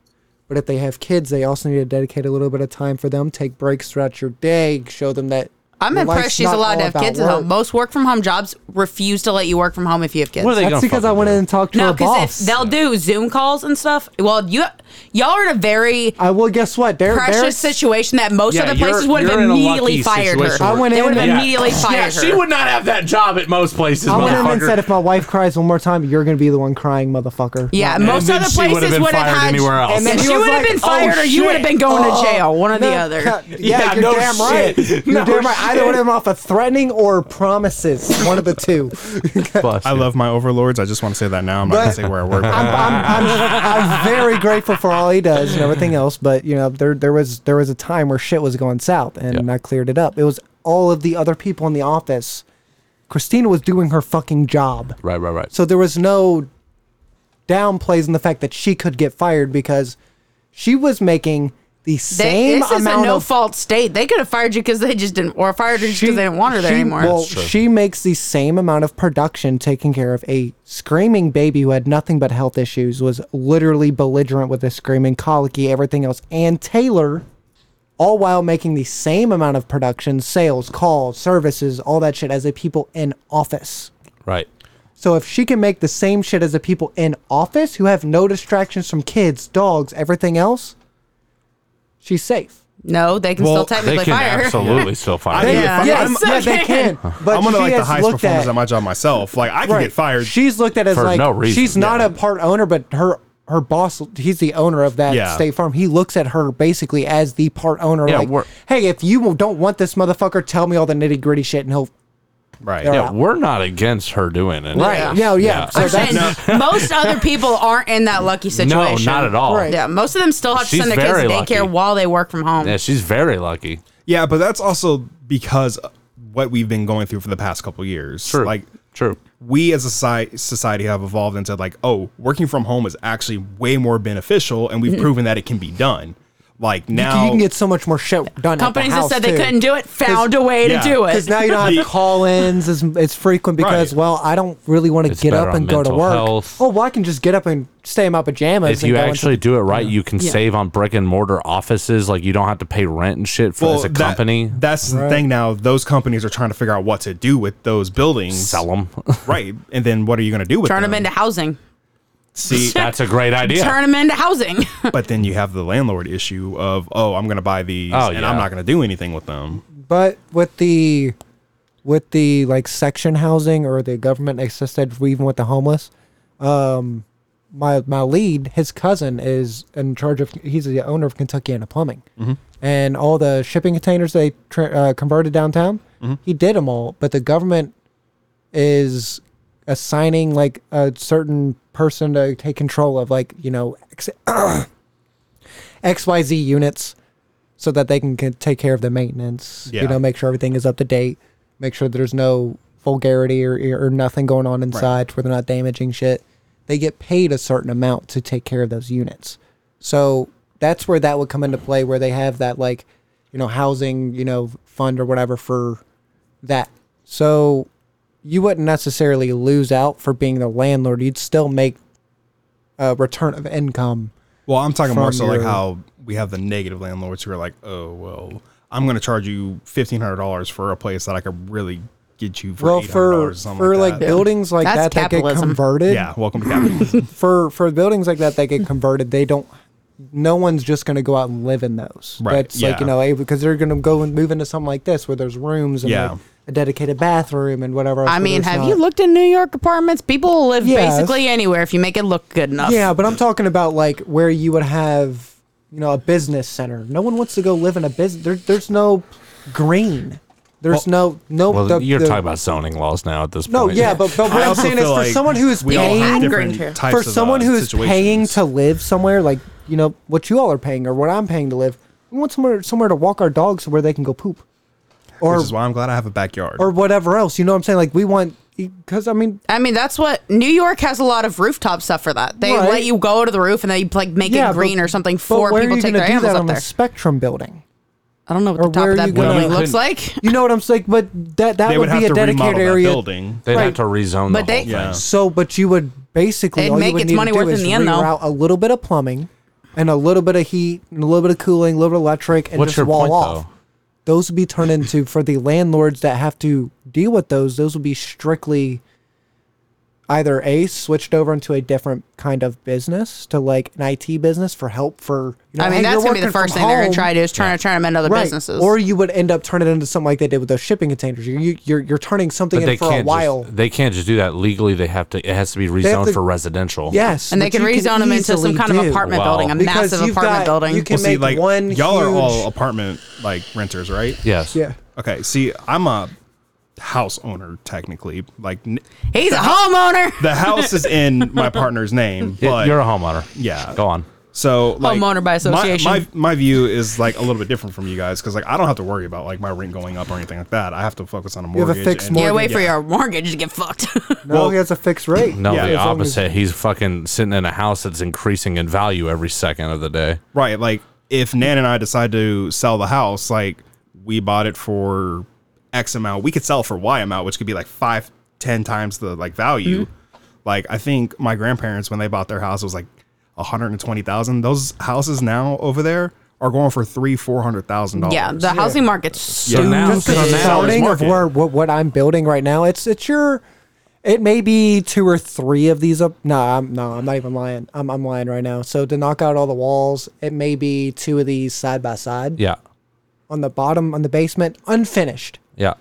[SPEAKER 5] but if they have kids they also need to dedicate a little bit of time for them take breaks throughout your day show them that
[SPEAKER 4] I'm
[SPEAKER 5] your life's
[SPEAKER 4] impressed she's
[SPEAKER 5] not
[SPEAKER 4] allowed
[SPEAKER 5] all
[SPEAKER 4] to have
[SPEAKER 5] about
[SPEAKER 4] kids at
[SPEAKER 5] work.
[SPEAKER 4] home. Most work from home jobs refuse to let you work from home if you have kids.
[SPEAKER 6] What are they
[SPEAKER 5] That's
[SPEAKER 6] gonna
[SPEAKER 5] because I
[SPEAKER 6] fucking
[SPEAKER 5] went
[SPEAKER 6] do?
[SPEAKER 5] in and talked to
[SPEAKER 2] No,
[SPEAKER 5] her
[SPEAKER 2] because
[SPEAKER 5] boss.
[SPEAKER 2] they'll do Zoom calls and stuff.
[SPEAKER 4] Well, you y'all are in a very
[SPEAKER 5] I will guess what? There,
[SPEAKER 4] precious
[SPEAKER 5] there's-
[SPEAKER 4] situation that most
[SPEAKER 6] Yeah,
[SPEAKER 4] other
[SPEAKER 6] you're-
[SPEAKER 4] places would have
[SPEAKER 6] you're in a
[SPEAKER 4] immediately
[SPEAKER 6] lucky
[SPEAKER 4] fired her.
[SPEAKER 6] situation
[SPEAKER 5] I went
[SPEAKER 4] they
[SPEAKER 5] in
[SPEAKER 4] would have
[SPEAKER 5] and-
[SPEAKER 4] immediately fired
[SPEAKER 6] yeah,
[SPEAKER 4] her.
[SPEAKER 6] she would not have that job at most places,
[SPEAKER 5] I went in and
[SPEAKER 6] motherfucker.
[SPEAKER 5] said, if my wife cries one more time, you're going to be the one crying, motherfucker.
[SPEAKER 4] Yeah,
[SPEAKER 6] And
[SPEAKER 4] most
[SPEAKER 6] then
[SPEAKER 4] other
[SPEAKER 6] she would've
[SPEAKER 4] places
[SPEAKER 6] been
[SPEAKER 4] would have
[SPEAKER 6] fired
[SPEAKER 4] had.
[SPEAKER 6] anywhere else.
[SPEAKER 5] And then
[SPEAKER 4] Yeah,
[SPEAKER 5] he
[SPEAKER 4] she
[SPEAKER 5] was
[SPEAKER 4] would have
[SPEAKER 5] like,
[SPEAKER 4] been fired,
[SPEAKER 5] "Oh,
[SPEAKER 4] or you would have
[SPEAKER 5] shit.
[SPEAKER 4] been going
[SPEAKER 5] Oh,
[SPEAKER 4] to jail. One or the
[SPEAKER 5] no,
[SPEAKER 4] other.
[SPEAKER 6] (laughs)
[SPEAKER 5] Yeah,
[SPEAKER 6] Yeah,
[SPEAKER 5] you're
[SPEAKER 6] no
[SPEAKER 5] damn
[SPEAKER 6] shit.
[SPEAKER 5] right. You're
[SPEAKER 6] No
[SPEAKER 5] damn right. I
[SPEAKER 6] shit.
[SPEAKER 5] don't him off of threatening or promises. One of the
[SPEAKER 6] (laughs)
[SPEAKER 5] two.
[SPEAKER 6] Bless
[SPEAKER 8] I
[SPEAKER 6] you.
[SPEAKER 8] love my overlords. I just want to say that now. I'm not gonna
[SPEAKER 5] But-
[SPEAKER 8] say where I work. but-
[SPEAKER 5] I'm, I'm, I'm, I'm very grateful for all he does and everything else, but you know, there there was there was a time where shit was going south, and
[SPEAKER 6] Yeah.
[SPEAKER 5] I cleared it up. It was all of the other people in the office. Christina was doing her fucking job.
[SPEAKER 6] Right, right, right.
[SPEAKER 5] So there was no downplays in the fact that she could get fired because she was making the
[SPEAKER 4] They,
[SPEAKER 5] same
[SPEAKER 4] this is a
[SPEAKER 5] amount
[SPEAKER 4] no
[SPEAKER 5] of
[SPEAKER 4] fault state. They could have fired you because they just didn't, or fired you because they didn't want her there
[SPEAKER 5] she-
[SPEAKER 4] anymore.
[SPEAKER 5] Well, she makes the same amount of production taking care of a screaming baby who had nothing but health issues, was literally belligerent with a screaming colicky, everything else, and Taylor, all while making the same amount of production, sales, calls, services, all that shit as the people in office.
[SPEAKER 6] Right.
[SPEAKER 5] So if she can make the same shit as the people in office who have no distractions from kids, dogs, everything else, she's safe.
[SPEAKER 4] No, they can still
[SPEAKER 8] Well, they
[SPEAKER 4] technically
[SPEAKER 6] can
[SPEAKER 4] fire. her. (laughs)
[SPEAKER 6] absolutely still fire.
[SPEAKER 8] I-
[SPEAKER 5] They,
[SPEAKER 6] you.
[SPEAKER 8] Yeah.
[SPEAKER 5] yeah,
[SPEAKER 8] I'm-
[SPEAKER 5] yeah, they can. But
[SPEAKER 8] I'm one of
[SPEAKER 5] she
[SPEAKER 8] like the
[SPEAKER 5] has
[SPEAKER 8] highest
[SPEAKER 5] looked
[SPEAKER 8] performers
[SPEAKER 5] at,
[SPEAKER 8] at, my job myself. Like I could get fired.
[SPEAKER 5] She's looked at as
[SPEAKER 6] For
[SPEAKER 5] like
[SPEAKER 6] no reason,
[SPEAKER 5] she's not
[SPEAKER 6] yeah.
[SPEAKER 5] a part owner, but her her boss, he's the owner of that
[SPEAKER 8] Yeah.
[SPEAKER 5] state farm. He looks at her basically as the part owner.
[SPEAKER 6] Yeah, we're-
[SPEAKER 5] like, hey, if you don't want this motherfucker, tell me all the nitty gritty shit, and he'll.
[SPEAKER 8] right.
[SPEAKER 5] Yeah.
[SPEAKER 6] Yeah, we're not against her doing it.
[SPEAKER 5] Right. Yeah. Yeah. So
[SPEAKER 4] I'm
[SPEAKER 5] that's
[SPEAKER 4] saying
[SPEAKER 6] (laughs)
[SPEAKER 4] most other people aren't in that lucky
[SPEAKER 6] no,
[SPEAKER 4] situation.
[SPEAKER 6] not at all.
[SPEAKER 5] Right.
[SPEAKER 4] Yeah, most of them still have to
[SPEAKER 6] She's
[SPEAKER 4] send their kids to
[SPEAKER 6] very
[SPEAKER 4] daycare
[SPEAKER 6] lucky.
[SPEAKER 4] while they work from home.
[SPEAKER 6] Yeah, she's very lucky.
[SPEAKER 8] Yeah, but that's also because what we've been going through for the past couple years.
[SPEAKER 6] True.
[SPEAKER 8] Like
[SPEAKER 6] True.
[SPEAKER 8] we as a society, society have evolved into like, oh, working from home is actually way more beneficial, and we've proven that it can be done. Like
[SPEAKER 5] You can-
[SPEAKER 8] now,
[SPEAKER 5] you can get so much more shit done.
[SPEAKER 4] Companies that said they couldn't
[SPEAKER 5] do
[SPEAKER 4] do it found a way
[SPEAKER 8] yeah,
[SPEAKER 4] to do
[SPEAKER 5] because
[SPEAKER 4] it.
[SPEAKER 5] now you don't
[SPEAKER 6] (laughs)
[SPEAKER 5] have call-ins as it's frequent because
[SPEAKER 8] Right.
[SPEAKER 5] well I don't really want to
[SPEAKER 6] It's
[SPEAKER 5] get
[SPEAKER 6] better
[SPEAKER 5] up and
[SPEAKER 6] on
[SPEAKER 5] go to
[SPEAKER 6] mental
[SPEAKER 5] work.
[SPEAKER 6] health.
[SPEAKER 5] Oh, well, I can just get up and stay in my pajamas.
[SPEAKER 6] If
[SPEAKER 5] and
[SPEAKER 6] you
[SPEAKER 5] go into-
[SPEAKER 6] actually do it right, you can save on brick and mortar offices. Like you don't have to pay rent and shit for
[SPEAKER 8] well,
[SPEAKER 6] as a
[SPEAKER 8] that-
[SPEAKER 6] company.
[SPEAKER 8] that's the thing now. Those companies are trying to figure out what to do with those buildings,
[SPEAKER 6] Sell them.
[SPEAKER 8] (laughs) right? And then what are you going to do with
[SPEAKER 4] Turn
[SPEAKER 8] them?
[SPEAKER 5] um,
[SPEAKER 4] them into housing.
[SPEAKER 5] (laughs)
[SPEAKER 8] See,
[SPEAKER 6] (laughs) That's a great idea.
[SPEAKER 4] Turn them into housing.
[SPEAKER 8] but then you have the landlord issue of oh, I'm going to buy these,
[SPEAKER 6] Oh,
[SPEAKER 8] and
[SPEAKER 6] yeah.
[SPEAKER 8] I'm not going to do anything with them.
[SPEAKER 5] But with the with the like section housing or the government assisted even with the homeless, um my my lead, his cousin is in charge of he's the owner of Kentucky and Plumbing. And all the shipping containers they tra- uh, converted downtown, he did them all, but the government is assigning like a certain person to take control of like, you know, X- (coughs) XYZ units so that they can, can take care of the maintenance.
[SPEAKER 8] Yeah.
[SPEAKER 5] You know, make sure everything is up to date, make sure there's no vulgarity or, or nothing going on inside where they're not damaging shit. They get paid a certain amount to take care of those units. So that's where that would come into play, where they have that like, you know, housing, you know, fund or whatever for that. So you wouldn't necessarily lose out for being the landlord. You'd still make a return of income.
[SPEAKER 8] Well, I'm talking more
[SPEAKER 5] from
[SPEAKER 8] so like
[SPEAKER 5] your-
[SPEAKER 8] how we have the negative landlords who are like, oh well, I'm going to charge you fifteen hundred dollars for a place that I could really get you for
[SPEAKER 5] well,
[SPEAKER 8] eight hundred
[SPEAKER 5] for
[SPEAKER 8] dollars or something
[SPEAKER 5] for
[SPEAKER 8] like,
[SPEAKER 5] like
[SPEAKER 8] that.
[SPEAKER 5] buildings like
[SPEAKER 4] That's
[SPEAKER 5] that that get
[SPEAKER 4] capitalism.
[SPEAKER 5] converted.
[SPEAKER 8] yeah, welcome
[SPEAKER 5] (laughs)
[SPEAKER 8] to capitalism.
[SPEAKER 5] For for buildings like that that get converted, they don't. No one's just going to go out and live in those.
[SPEAKER 8] Right,
[SPEAKER 5] That's like you
[SPEAKER 8] yeah.
[SPEAKER 5] know eh, because they're going to go and move into something like this where there's rooms and
[SPEAKER 8] Yeah.
[SPEAKER 5] like, a dedicated bathroom and whatever. Else
[SPEAKER 4] I
[SPEAKER 5] where
[SPEAKER 4] mean,
[SPEAKER 5] there's
[SPEAKER 4] have
[SPEAKER 5] not.
[SPEAKER 4] you looked in New York apartments? People will live
[SPEAKER 5] Yes.
[SPEAKER 4] basically anywhere if you make it look good enough.
[SPEAKER 5] Yeah, but I'm talking about like where you would have, you know, a business center. No one wants to go live in a business. There, there's no green. There's no no.
[SPEAKER 6] well,
[SPEAKER 5] the-
[SPEAKER 6] you're
[SPEAKER 5] the-
[SPEAKER 6] talking about zoning laws now at this
[SPEAKER 5] No,
[SPEAKER 6] point.
[SPEAKER 5] yeah, but, but what I'm saying is for someone who is
[SPEAKER 8] we all have
[SPEAKER 5] paying
[SPEAKER 8] different
[SPEAKER 4] Green
[SPEAKER 8] types
[SPEAKER 5] for
[SPEAKER 8] of, uh,
[SPEAKER 5] someone who is
[SPEAKER 8] situations.
[SPEAKER 5] paying to live somewhere, like you know what you all are paying or what I'm paying to live. We want somewhere somewhere to walk our dogs where they can go poop, or
[SPEAKER 8] which is why I'm glad I have a backyard.
[SPEAKER 5] or whatever else. You know what I'm saying? Like we want because I mean
[SPEAKER 4] I mean, that's what New York has a lot of rooftop stuff for that. They
[SPEAKER 5] Right.
[SPEAKER 4] let you go to the roof and they like make
[SPEAKER 5] yeah,
[SPEAKER 4] it green
[SPEAKER 5] but-
[SPEAKER 4] or something
[SPEAKER 5] but
[SPEAKER 4] for
[SPEAKER 5] where
[SPEAKER 4] people
[SPEAKER 5] are you
[SPEAKER 4] to take
[SPEAKER 5] gonna
[SPEAKER 4] their
[SPEAKER 5] do
[SPEAKER 4] animals
[SPEAKER 5] that
[SPEAKER 4] up
[SPEAKER 5] on
[SPEAKER 4] there.
[SPEAKER 5] a spectrum building.
[SPEAKER 4] I don't know what
[SPEAKER 5] or
[SPEAKER 4] the top
[SPEAKER 5] where
[SPEAKER 4] of that
[SPEAKER 5] you gonna-
[SPEAKER 4] building
[SPEAKER 6] Well, you
[SPEAKER 4] looks like.
[SPEAKER 5] You know what I'm saying? But that that
[SPEAKER 8] they
[SPEAKER 5] would,
[SPEAKER 8] would have
[SPEAKER 5] be a
[SPEAKER 8] to remodel
[SPEAKER 5] dedicated
[SPEAKER 8] that
[SPEAKER 5] area.
[SPEAKER 8] building.
[SPEAKER 6] (laughs) They'd
[SPEAKER 5] Right.
[SPEAKER 6] have to rezone
[SPEAKER 4] But
[SPEAKER 6] the
[SPEAKER 4] they-
[SPEAKER 6] whole
[SPEAKER 8] Yeah.
[SPEAKER 6] thing.
[SPEAKER 5] So, but you would basically
[SPEAKER 4] It'd
[SPEAKER 5] all
[SPEAKER 4] make
[SPEAKER 5] you would
[SPEAKER 4] its
[SPEAKER 5] need
[SPEAKER 4] money
[SPEAKER 5] to do
[SPEAKER 4] worth in
[SPEAKER 5] is
[SPEAKER 4] the end, though.
[SPEAKER 5] reroute a little bit of plumbing, and a little bit of heat, and a little bit of cooling, a little bit of electric, and
[SPEAKER 6] What's
[SPEAKER 5] just
[SPEAKER 6] your
[SPEAKER 5] wall
[SPEAKER 6] point,
[SPEAKER 5] off.
[SPEAKER 6] though?
[SPEAKER 5] Those would be turned into for the landlords that have to deal with those. Those would be strictly either a switched over into a different kind of business to like an IT business for help for. You know,
[SPEAKER 4] I
[SPEAKER 5] hey,
[SPEAKER 4] mean, that's
[SPEAKER 5] you're
[SPEAKER 4] gonna be the
[SPEAKER 5] working
[SPEAKER 4] first
[SPEAKER 5] from
[SPEAKER 4] thing they're gonna
[SPEAKER 5] home.
[SPEAKER 4] try to do is trying to turn them into other
[SPEAKER 5] Right.
[SPEAKER 4] businesses.
[SPEAKER 5] Or you would end up turning it into something like they did with those shipping containers. You're you, you're, you're turning something
[SPEAKER 6] But
[SPEAKER 5] in
[SPEAKER 6] they
[SPEAKER 5] for a
[SPEAKER 6] can't.
[SPEAKER 5] while.
[SPEAKER 6] Just, they can't just do that legally. They have to. It has to be rezoned
[SPEAKER 5] to-
[SPEAKER 6] for residential.
[SPEAKER 5] yes,
[SPEAKER 4] and they
[SPEAKER 5] but
[SPEAKER 4] can
[SPEAKER 5] you
[SPEAKER 4] rezone them into some
[SPEAKER 5] easily
[SPEAKER 4] kind of
[SPEAKER 5] do.
[SPEAKER 4] apartment
[SPEAKER 6] Wow.
[SPEAKER 4] building, a
[SPEAKER 5] Because
[SPEAKER 4] massive
[SPEAKER 5] you've
[SPEAKER 4] apartment
[SPEAKER 5] got-
[SPEAKER 4] building.
[SPEAKER 5] you can
[SPEAKER 8] Well, see,
[SPEAKER 5] make
[SPEAKER 8] like
[SPEAKER 5] one
[SPEAKER 8] y'all are
[SPEAKER 5] huge-
[SPEAKER 8] all apartment like renters, right?
[SPEAKER 6] Yes.
[SPEAKER 5] Yeah.
[SPEAKER 8] Okay. See, I'm a house owner technically. Like n-
[SPEAKER 4] He's a homeowner.
[SPEAKER 8] the house is in my partner's name,
[SPEAKER 6] Y-
[SPEAKER 8] but
[SPEAKER 6] You're a homeowner.
[SPEAKER 8] Yeah.
[SPEAKER 6] Go on.
[SPEAKER 8] So like
[SPEAKER 4] Homeowner by
[SPEAKER 8] my-
[SPEAKER 4] association.
[SPEAKER 8] My, my, view is like a little bit different from you guys because like I don't have to worry about like my rent going up or anything like that. I have to focus on a
[SPEAKER 5] have a
[SPEAKER 8] mortgage.
[SPEAKER 5] fixed
[SPEAKER 8] and-
[SPEAKER 5] mor-
[SPEAKER 4] Yeah, wait for
[SPEAKER 8] Yeah.
[SPEAKER 4] your mortgage to get fucked. (laughs)
[SPEAKER 5] No,
[SPEAKER 8] Well-
[SPEAKER 5] he has a fixed rate.
[SPEAKER 6] No,
[SPEAKER 8] Yeah.
[SPEAKER 6] the
[SPEAKER 5] As long as-
[SPEAKER 6] opposite. He's fucking sitting in a house that's increasing in value every second of the day.
[SPEAKER 8] right. Like if Nan and I decide to sell the house, like we bought it for X amount, we could sell for Y amount, which could be like five, ten times the like value. Like I think my grandparents when they bought their house it was like one hundred and twenty thousand. Those houses now over there are going for three, four hundred thousand dollars.
[SPEAKER 4] yeah, the housing market's
[SPEAKER 6] So now,
[SPEAKER 5] Just the
[SPEAKER 6] so now
[SPEAKER 5] starting of
[SPEAKER 8] market.
[SPEAKER 5] where, what, what I'm building right now, it's it's your It may be two or three of these up. No, I'm no, I'm not even lying. I'm I'm lying right now. So to knock out all the walls, it may be two of these side by side
[SPEAKER 6] Yeah.
[SPEAKER 5] on the bottom on the basement, unfinished.
[SPEAKER 6] Yeah.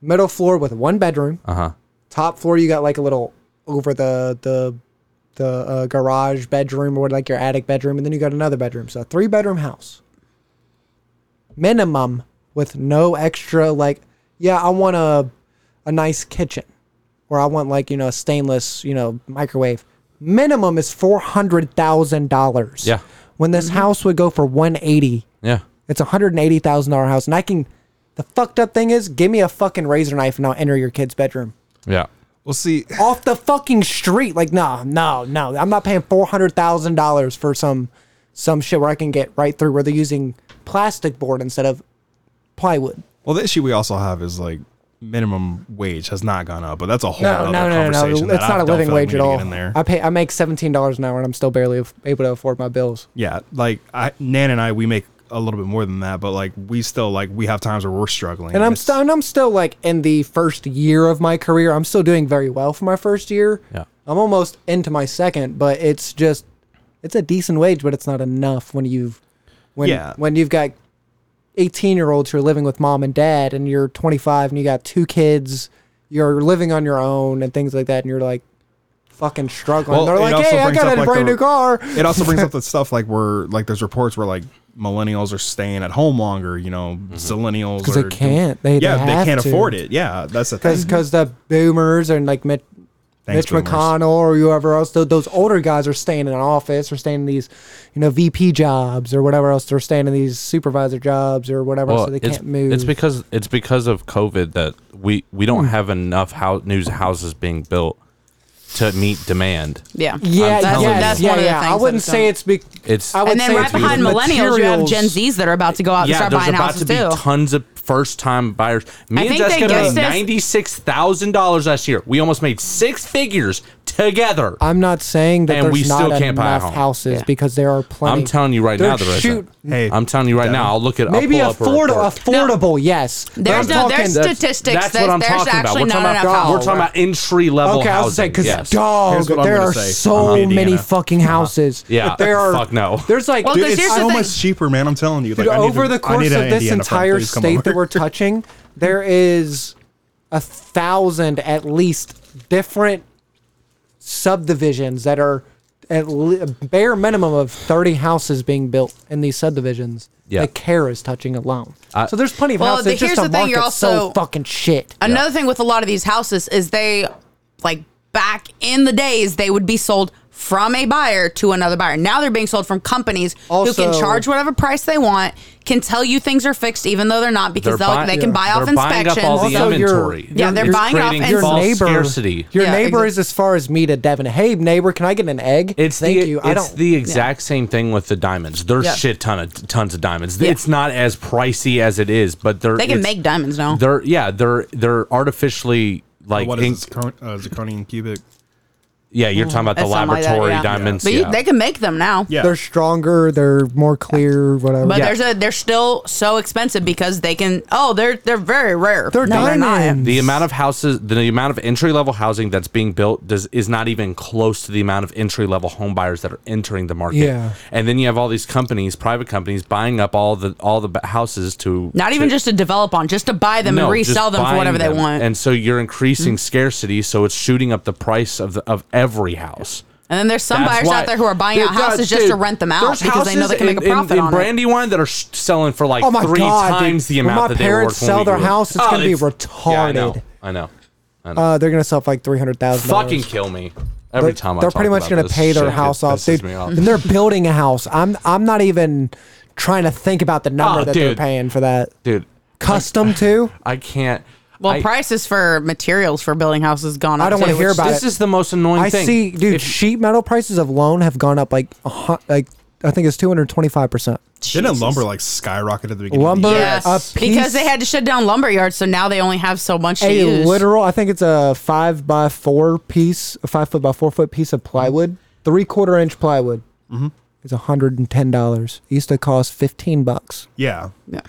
[SPEAKER 5] Middle floor with one bedroom. Uh huh. Top floor, you got like a little over the the the uh, garage bedroom or like your attic bedroom, and then you got another bedroom. So a three bedroom house, minimum with no extra. Like, yeah, I want a a nice kitchen, or I want like you know a stainless you know microwave. Minimum is four hundred thousand dollars.
[SPEAKER 6] Yeah.
[SPEAKER 5] When this house would go for one eighty.
[SPEAKER 6] Yeah.
[SPEAKER 5] It's a hundred and eighty thousand dollar house, and I can. The fucked up thing is, give me a fucking razor knife and I'll enter your kid's bedroom
[SPEAKER 6] Yeah.
[SPEAKER 8] Well, see,
[SPEAKER 5] off the fucking street. Like, no, no, no. I'm not paying four hundred thousand dollars for some some shit where I can get right through where they're using plastic board instead of plywood.
[SPEAKER 8] well, the issue we also have is like minimum wage has not gone up, but that's a whole
[SPEAKER 5] No,
[SPEAKER 8] other
[SPEAKER 5] no, no, no,
[SPEAKER 8] conversation.
[SPEAKER 5] no.
[SPEAKER 8] that
[SPEAKER 5] It's
[SPEAKER 8] I
[SPEAKER 5] not a
[SPEAKER 8] don't
[SPEAKER 5] living
[SPEAKER 8] feel like
[SPEAKER 5] wage
[SPEAKER 8] we
[SPEAKER 5] at
[SPEAKER 8] need to get
[SPEAKER 5] all.
[SPEAKER 8] In there.
[SPEAKER 5] I pay. I make seventeen dollars an hour, and I'm still barely af- able to afford my bills.
[SPEAKER 8] Yeah, like I, Nan and I, we make a little bit more than that, but like we still like we have times where we're struggling.
[SPEAKER 5] And I'm
[SPEAKER 8] It's-
[SPEAKER 5] still, and I'm still like in the first year of my career. I'm still doing very well for my first year.
[SPEAKER 6] Yeah.
[SPEAKER 5] I'm almost into my second, but it's just, it's a decent wage, but it's not enough when you've, when
[SPEAKER 8] Yeah.
[SPEAKER 5] when you've got, 18 year olds who are living with mom and dad, and you're 25 and you got two kids, you're living on your own and things like that, and you're like, fucking struggling.
[SPEAKER 8] Well,
[SPEAKER 5] They're
[SPEAKER 8] it
[SPEAKER 5] like,
[SPEAKER 8] also
[SPEAKER 5] hey, I
[SPEAKER 8] brings
[SPEAKER 5] got
[SPEAKER 8] up,
[SPEAKER 5] a
[SPEAKER 8] like,
[SPEAKER 5] brand
[SPEAKER 8] the-
[SPEAKER 5] new car.
[SPEAKER 8] It
[SPEAKER 5] (laughs)
[SPEAKER 8] also brings up the stuff like where like there's reports where like millennials are staying at home longer. You know,
[SPEAKER 6] Mm-hmm.
[SPEAKER 8] millennials
[SPEAKER 5] Because they
[SPEAKER 8] are-
[SPEAKER 5] can't. They
[SPEAKER 8] yeah,
[SPEAKER 5] they,
[SPEAKER 8] they,
[SPEAKER 5] have
[SPEAKER 8] can't
[SPEAKER 5] to.
[SPEAKER 8] afford it. Yeah, that's the thing.
[SPEAKER 5] Because
[SPEAKER 6] Mm-hmm.
[SPEAKER 5] the boomers and like Mitch,
[SPEAKER 8] Thanks,
[SPEAKER 5] Mitch
[SPEAKER 8] boomers.
[SPEAKER 5] McConnell or whoever else, tho- those older guys are staying in an office or staying in these, you know, VP jobs or whatever else. They're staying in these supervisor jobs or whatever, so they
[SPEAKER 6] it's,
[SPEAKER 5] can't move.
[SPEAKER 6] It's because it's because of COVID that we we
[SPEAKER 4] Hmm.
[SPEAKER 6] don't have enough house, new houses being built to meet demand.
[SPEAKER 4] Yeah.
[SPEAKER 5] yeah,
[SPEAKER 6] I'm
[SPEAKER 5] yeah,
[SPEAKER 6] telling you.
[SPEAKER 5] yeah,
[SPEAKER 6] That's
[SPEAKER 5] yeah,
[SPEAKER 4] one of the things
[SPEAKER 5] I
[SPEAKER 4] that
[SPEAKER 5] wouldn't
[SPEAKER 4] it's
[SPEAKER 5] say
[SPEAKER 4] done.
[SPEAKER 5] it's. Be-
[SPEAKER 6] It's
[SPEAKER 5] I would
[SPEAKER 4] And
[SPEAKER 5] say
[SPEAKER 4] then right
[SPEAKER 5] it's because
[SPEAKER 4] behind
[SPEAKER 5] of
[SPEAKER 4] millennials, you have Gen
[SPEAKER 5] materials.
[SPEAKER 4] Z's that are about to go out and
[SPEAKER 6] yeah,
[SPEAKER 4] start
[SPEAKER 6] there's
[SPEAKER 4] buying
[SPEAKER 6] about to
[SPEAKER 4] houses
[SPEAKER 6] be
[SPEAKER 4] too.
[SPEAKER 6] tons of first time buyers. Me
[SPEAKER 4] I
[SPEAKER 6] and
[SPEAKER 4] think they
[SPEAKER 6] Jessica made
[SPEAKER 4] guessed this-
[SPEAKER 6] ninety six thousand dollars last year. We almost made six figures together.
[SPEAKER 5] I'm not saying that
[SPEAKER 6] And
[SPEAKER 5] there's
[SPEAKER 6] we still
[SPEAKER 5] not
[SPEAKER 6] can't buy a
[SPEAKER 5] enough
[SPEAKER 6] home.
[SPEAKER 5] houses because there are plenty.
[SPEAKER 6] I'm telling you right
[SPEAKER 5] They're
[SPEAKER 6] now, there
[SPEAKER 5] shoot-
[SPEAKER 6] isn't.
[SPEAKER 8] Hey,
[SPEAKER 6] I'm telling you right now. I'll look at
[SPEAKER 5] Maybe
[SPEAKER 6] I'll pull
[SPEAKER 5] afford-
[SPEAKER 6] up a report.
[SPEAKER 5] affordable, yes. But
[SPEAKER 4] There's
[SPEAKER 5] I'm
[SPEAKER 4] no-
[SPEAKER 5] talking-
[SPEAKER 4] there's
[SPEAKER 6] That's-
[SPEAKER 4] statistics
[SPEAKER 6] That's
[SPEAKER 4] that
[SPEAKER 6] what I'm
[SPEAKER 4] there's
[SPEAKER 6] talking about.
[SPEAKER 4] actually
[SPEAKER 6] We're talking
[SPEAKER 4] not
[SPEAKER 6] about,
[SPEAKER 4] enough
[SPEAKER 6] we're talking about entry level
[SPEAKER 5] Okay, I was
[SPEAKER 6] housing.
[SPEAKER 5] saying because
[SPEAKER 6] yes.
[SPEAKER 5] dog,
[SPEAKER 8] Here's what I'm
[SPEAKER 5] there
[SPEAKER 8] gonna
[SPEAKER 5] are
[SPEAKER 8] say.
[SPEAKER 5] so
[SPEAKER 8] I'm Indiana.
[SPEAKER 5] many fucking houses.
[SPEAKER 6] Yeah,
[SPEAKER 5] there are.
[SPEAKER 6] fuck no.
[SPEAKER 5] There's like
[SPEAKER 4] Well,
[SPEAKER 8] Dude,
[SPEAKER 4] 'cause
[SPEAKER 8] it's
[SPEAKER 4] here's the
[SPEAKER 8] so
[SPEAKER 4] thing.
[SPEAKER 8] much cheaper, man. I'm telling you.
[SPEAKER 5] Dude,
[SPEAKER 8] I need
[SPEAKER 5] over
[SPEAKER 8] to-
[SPEAKER 5] the
[SPEAKER 8] I
[SPEAKER 5] course
[SPEAKER 8] need
[SPEAKER 5] of
[SPEAKER 8] an
[SPEAKER 5] this
[SPEAKER 8] Indiana friend.
[SPEAKER 5] entire
[SPEAKER 8] Please come
[SPEAKER 5] state
[SPEAKER 8] over. (laughs)
[SPEAKER 5] that we're touching, there is a thousand at least different subdivisions that are at le- bare minimum of 30 houses being built in these subdivisions
[SPEAKER 6] Yeah.
[SPEAKER 5] that care is touching alone.
[SPEAKER 6] I-
[SPEAKER 5] so there's plenty of
[SPEAKER 4] Well,
[SPEAKER 5] houses.
[SPEAKER 4] the-
[SPEAKER 5] it's just
[SPEAKER 4] here's
[SPEAKER 5] the
[SPEAKER 4] the thing,
[SPEAKER 5] market's
[SPEAKER 4] you're
[SPEAKER 5] so
[SPEAKER 4] also-
[SPEAKER 5] fucking shit.
[SPEAKER 4] Another thing with a lot of these houses is they, like back in the days, they would be sold from a buyer to another buyer. Now they're being sold from companies who can
[SPEAKER 5] Also-
[SPEAKER 4] charge whatever price they want, can tell you things are fixed even though they're not because
[SPEAKER 6] They're
[SPEAKER 4] they'll-
[SPEAKER 6] buy-
[SPEAKER 4] they can buy off
[SPEAKER 6] they're buying
[SPEAKER 4] inspections.
[SPEAKER 6] up all the
[SPEAKER 5] Also, you're-
[SPEAKER 6] inventory.
[SPEAKER 4] Yeah, they're
[SPEAKER 6] It's
[SPEAKER 4] buying off
[SPEAKER 6] creating
[SPEAKER 4] and-
[SPEAKER 6] false
[SPEAKER 5] neighbor-
[SPEAKER 6] scarcity.
[SPEAKER 5] Your
[SPEAKER 4] Yeah,
[SPEAKER 5] neighbor
[SPEAKER 4] exa-
[SPEAKER 5] is as far as me to Devin. Hey, neighbor, can I get an egg?
[SPEAKER 6] It's
[SPEAKER 5] Thank
[SPEAKER 6] the
[SPEAKER 5] you.
[SPEAKER 6] it's
[SPEAKER 5] I don't.
[SPEAKER 6] the exact same thing with the diamonds. There's
[SPEAKER 4] Yeah.
[SPEAKER 6] shit ton of tons of diamonds.
[SPEAKER 4] Yeah.
[SPEAKER 6] It's not as pricey as it is, but they're
[SPEAKER 4] they can
[SPEAKER 6] it's-
[SPEAKER 4] make diamonds now.
[SPEAKER 6] They're yeah, they're they're artificially like
[SPEAKER 8] What is
[SPEAKER 6] in-
[SPEAKER 8] this, cor- uh, zirconian cubic?
[SPEAKER 6] yeah, you're talking about the
[SPEAKER 4] That's something like that,
[SPEAKER 6] laboratory
[SPEAKER 4] yeah.
[SPEAKER 6] diamonds.
[SPEAKER 4] But you,
[SPEAKER 6] yeah.
[SPEAKER 4] they can make them now.
[SPEAKER 8] Yeah,
[SPEAKER 5] They're stronger. They're more clear. Whatever.
[SPEAKER 4] But there's a they're still so expensive because they can oh they're they're very rare.
[SPEAKER 5] They're diamonds.
[SPEAKER 6] the amount of houses, the amount of entry level housing that's being built does is not even close to the amount of entry level home buyers that are entering the market.
[SPEAKER 5] Yeah.
[SPEAKER 6] and then you have all these companies, private companies, buying up all the all the b- houses to
[SPEAKER 4] Not even
[SPEAKER 6] to-
[SPEAKER 4] just to develop on, just to buy them
[SPEAKER 6] No,
[SPEAKER 4] and
[SPEAKER 6] just
[SPEAKER 4] resell them for
[SPEAKER 6] buying
[SPEAKER 4] whatever
[SPEAKER 6] them.
[SPEAKER 4] they want. And,
[SPEAKER 6] And so you're
[SPEAKER 5] Mm.
[SPEAKER 6] increasing scarcity, so it's shooting up the price of the, of every house.
[SPEAKER 4] then there's some
[SPEAKER 6] That's
[SPEAKER 4] buyers
[SPEAKER 6] why-
[SPEAKER 4] out there who are buying
[SPEAKER 6] Dude,
[SPEAKER 4] out houses
[SPEAKER 6] God,
[SPEAKER 4] just to
[SPEAKER 6] dude,
[SPEAKER 4] rent them out
[SPEAKER 6] there's
[SPEAKER 4] because they know they
[SPEAKER 6] houses
[SPEAKER 4] can make a
[SPEAKER 6] in- in-
[SPEAKER 4] profit
[SPEAKER 6] in,
[SPEAKER 4] on it.
[SPEAKER 6] Brandywine that are sh- selling for like
[SPEAKER 5] Oh my
[SPEAKER 6] three
[SPEAKER 5] God, dude.
[SPEAKER 6] times the
[SPEAKER 5] When
[SPEAKER 6] amount
[SPEAKER 5] my
[SPEAKER 6] that they were
[SPEAKER 5] parents
[SPEAKER 6] worth when
[SPEAKER 5] sell
[SPEAKER 6] we
[SPEAKER 5] their
[SPEAKER 6] grew up.
[SPEAKER 5] house, it's gonna be
[SPEAKER 6] Yeah, I know.
[SPEAKER 5] retarded.
[SPEAKER 6] I know.
[SPEAKER 5] Uh, they're gonna sell for like three hundred thousand.
[SPEAKER 6] Fucking kill me every
[SPEAKER 5] They're,
[SPEAKER 6] time. I
[SPEAKER 5] they're
[SPEAKER 6] talk
[SPEAKER 5] pretty much
[SPEAKER 6] about
[SPEAKER 5] gonna
[SPEAKER 6] this
[SPEAKER 5] pay their
[SPEAKER 6] shit, it
[SPEAKER 5] house off,
[SPEAKER 6] pisses
[SPEAKER 5] dude.
[SPEAKER 6] me
[SPEAKER 5] and they're building a house. I'm I'm not even trying to think about the number
[SPEAKER 6] Oh,
[SPEAKER 5] that they're
[SPEAKER 6] dude.
[SPEAKER 5] paying for that.
[SPEAKER 6] dude,
[SPEAKER 5] Custom too.
[SPEAKER 6] I can't.
[SPEAKER 4] Well,
[SPEAKER 6] I,
[SPEAKER 4] prices for materials for building houses gone up.
[SPEAKER 5] I don't
[SPEAKER 4] too,
[SPEAKER 5] wanna hear
[SPEAKER 4] which-
[SPEAKER 5] about
[SPEAKER 6] This
[SPEAKER 5] it.
[SPEAKER 6] is the most annoying
[SPEAKER 5] I
[SPEAKER 6] thing.
[SPEAKER 5] see, dude.
[SPEAKER 6] If-
[SPEAKER 5] sheet metal prices of loan have gone up like a hun- like I think it's two hundred twenty five percent.
[SPEAKER 8] Didn't lumber like skyrocket at the beginning?
[SPEAKER 5] Lumber,
[SPEAKER 8] Of the year?
[SPEAKER 4] Yes,
[SPEAKER 5] a piece-
[SPEAKER 4] because they had to shut down lumber yards, so now they only have so much to
[SPEAKER 5] a
[SPEAKER 4] use.
[SPEAKER 5] literal i think it's a five by four piece a five foot by four foot piece of plywood three quarter inch plywood mm-hmm. is $110 it used to cost 15 bucks
[SPEAKER 8] yeah.
[SPEAKER 4] Yeah.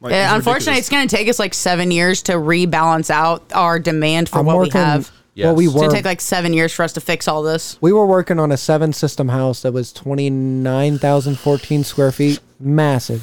[SPEAKER 8] Like,
[SPEAKER 4] Yeah,
[SPEAKER 8] it's
[SPEAKER 4] unfortunately,
[SPEAKER 8] ridiculous.
[SPEAKER 4] it's going to take us like seven years to rebalance out our demand for what we
[SPEAKER 5] working
[SPEAKER 4] have.
[SPEAKER 5] Well, we
[SPEAKER 9] Yes.
[SPEAKER 5] were
[SPEAKER 2] It's gonna take like seven years for us to fix all this.
[SPEAKER 5] we were working on a seven system house that was twenty nine thousand fourteen square feet, massive.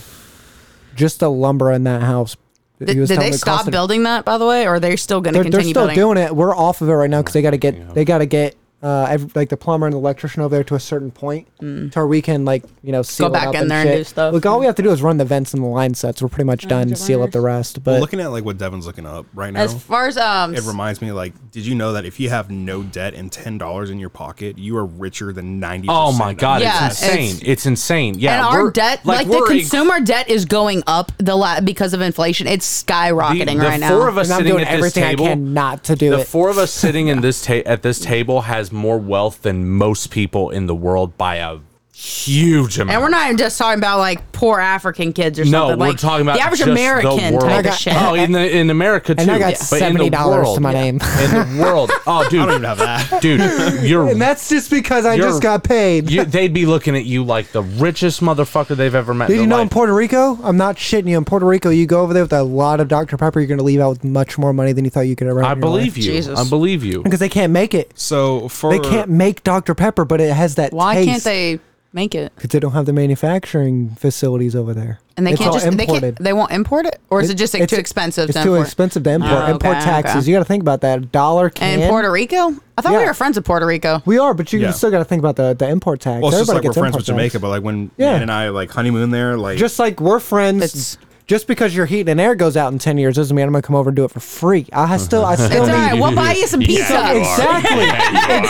[SPEAKER 5] Just the lumber in that house.
[SPEAKER 2] Did, did they stop building that, by the way, or they're still going to
[SPEAKER 5] They're, they're
[SPEAKER 2] continue
[SPEAKER 5] still
[SPEAKER 2] building?
[SPEAKER 5] doing it. We're off of it right now because they got to get they got to get uh ev- like the plumber and the electrician over there to a certain point to where we can like you know seal it
[SPEAKER 2] Mm. back
[SPEAKER 5] up
[SPEAKER 2] in there and
[SPEAKER 5] shit.
[SPEAKER 2] do stuff.
[SPEAKER 5] Like all we have to do is run the vents and the line sets. We're pretty much done. Seal up the rest.
[SPEAKER 8] Well,
[SPEAKER 5] But
[SPEAKER 8] looking at like what Devin's looking up right now,
[SPEAKER 2] As far as um,
[SPEAKER 8] it reminds me like, did you know that if you have no debt and ten dollars in your pocket, you are richer than ninety?
[SPEAKER 6] Oh my god,
[SPEAKER 2] Yeah,
[SPEAKER 8] (laughs)
[SPEAKER 6] it's insane. It's,
[SPEAKER 2] it's-
[SPEAKER 6] insane. Yeah,
[SPEAKER 2] and
[SPEAKER 6] we're-
[SPEAKER 2] our debt, like, the
[SPEAKER 6] we're a-
[SPEAKER 2] consumer debt, is going up the la- because of inflation. It's
[SPEAKER 6] the,
[SPEAKER 2] skyrocketing
[SPEAKER 6] the
[SPEAKER 2] right
[SPEAKER 6] four
[SPEAKER 2] now.
[SPEAKER 6] of us
[SPEAKER 5] And I'm
[SPEAKER 6] sitting
[SPEAKER 5] doing
[SPEAKER 6] at this
[SPEAKER 5] everything I
[SPEAKER 6] table,
[SPEAKER 5] can not to do
[SPEAKER 6] the
[SPEAKER 5] it.
[SPEAKER 6] four of us
[SPEAKER 2] (laughs)
[SPEAKER 6] sitting in this ta- at this table has more wealth than most people in the world by a huge amount.
[SPEAKER 2] and we're not even just talking about like poor African kids or
[SPEAKER 6] No,
[SPEAKER 2] something.
[SPEAKER 6] we're
[SPEAKER 2] like,
[SPEAKER 6] talking about
[SPEAKER 2] the average
[SPEAKER 6] just the
[SPEAKER 2] American
[SPEAKER 6] world.
[SPEAKER 2] type of
[SPEAKER 5] got-
[SPEAKER 2] shit.
[SPEAKER 6] Oh, in the, in America too.
[SPEAKER 5] And I got
[SPEAKER 6] but in the
[SPEAKER 5] $70
[SPEAKER 6] world-
[SPEAKER 5] to my name.
[SPEAKER 6] In the
[SPEAKER 5] (laughs)
[SPEAKER 6] world, oh dude, I don't even have that. Dude, you're
[SPEAKER 5] and that's just because I
[SPEAKER 6] You're-
[SPEAKER 5] just got paid.
[SPEAKER 6] you, they'd be looking at you like the richest motherfucker they've ever
[SPEAKER 5] (laughs)
[SPEAKER 6] met.
[SPEAKER 5] Did
[SPEAKER 6] in
[SPEAKER 5] you
[SPEAKER 6] their
[SPEAKER 5] know in
[SPEAKER 6] life.
[SPEAKER 5] Puerto Rico? I'm not shitting you. In Puerto Rico, you go over there with a lot of Dr. Pepper, you're going to leave out with much more money than you thought you could ever.
[SPEAKER 6] I believe you.
[SPEAKER 2] Jesus.
[SPEAKER 6] I believe you.
[SPEAKER 5] because they can't make it.
[SPEAKER 8] So for
[SPEAKER 5] They can't make Dr. Pepper, but it has that.
[SPEAKER 2] Why can't they make it?
[SPEAKER 5] Because they don't have the manufacturing facilities over there,
[SPEAKER 2] And they
[SPEAKER 5] It's
[SPEAKER 2] can't
[SPEAKER 5] all
[SPEAKER 2] just they can't they won't import it, or is it, just like,
[SPEAKER 5] it's-
[SPEAKER 2] too expensive?
[SPEAKER 5] It's
[SPEAKER 2] to
[SPEAKER 5] too
[SPEAKER 2] import?
[SPEAKER 5] expensive to import.
[SPEAKER 2] Oh,
[SPEAKER 5] import
[SPEAKER 2] okay,
[SPEAKER 5] taxes.
[SPEAKER 2] okay.
[SPEAKER 5] You got to think about that. A dollar can.
[SPEAKER 2] And Puerto Rico, I thought we
[SPEAKER 5] Yeah.
[SPEAKER 2] were friends of Puerto Rico.
[SPEAKER 5] We are, but you, you
[SPEAKER 8] Yeah.
[SPEAKER 5] still got to think about the, the import tax.
[SPEAKER 8] well, it's just like
[SPEAKER 5] Everybody
[SPEAKER 8] we're
[SPEAKER 5] gets
[SPEAKER 8] friends
[SPEAKER 5] import
[SPEAKER 8] with Jamaica,
[SPEAKER 5] tax.
[SPEAKER 8] but like when
[SPEAKER 5] Yeah.
[SPEAKER 8] yeah. and I like honeymoon there, like
[SPEAKER 5] just like we're friends.
[SPEAKER 2] It's-
[SPEAKER 5] just because your heat and air goes out in ten years doesn't mean I'm gonna come over and do it for free. I still,
[SPEAKER 8] (laughs)
[SPEAKER 5] I still
[SPEAKER 2] It's all
[SPEAKER 5] need
[SPEAKER 2] right. We'll buy you some pizza. (laughs)
[SPEAKER 5] Yeah, exactly.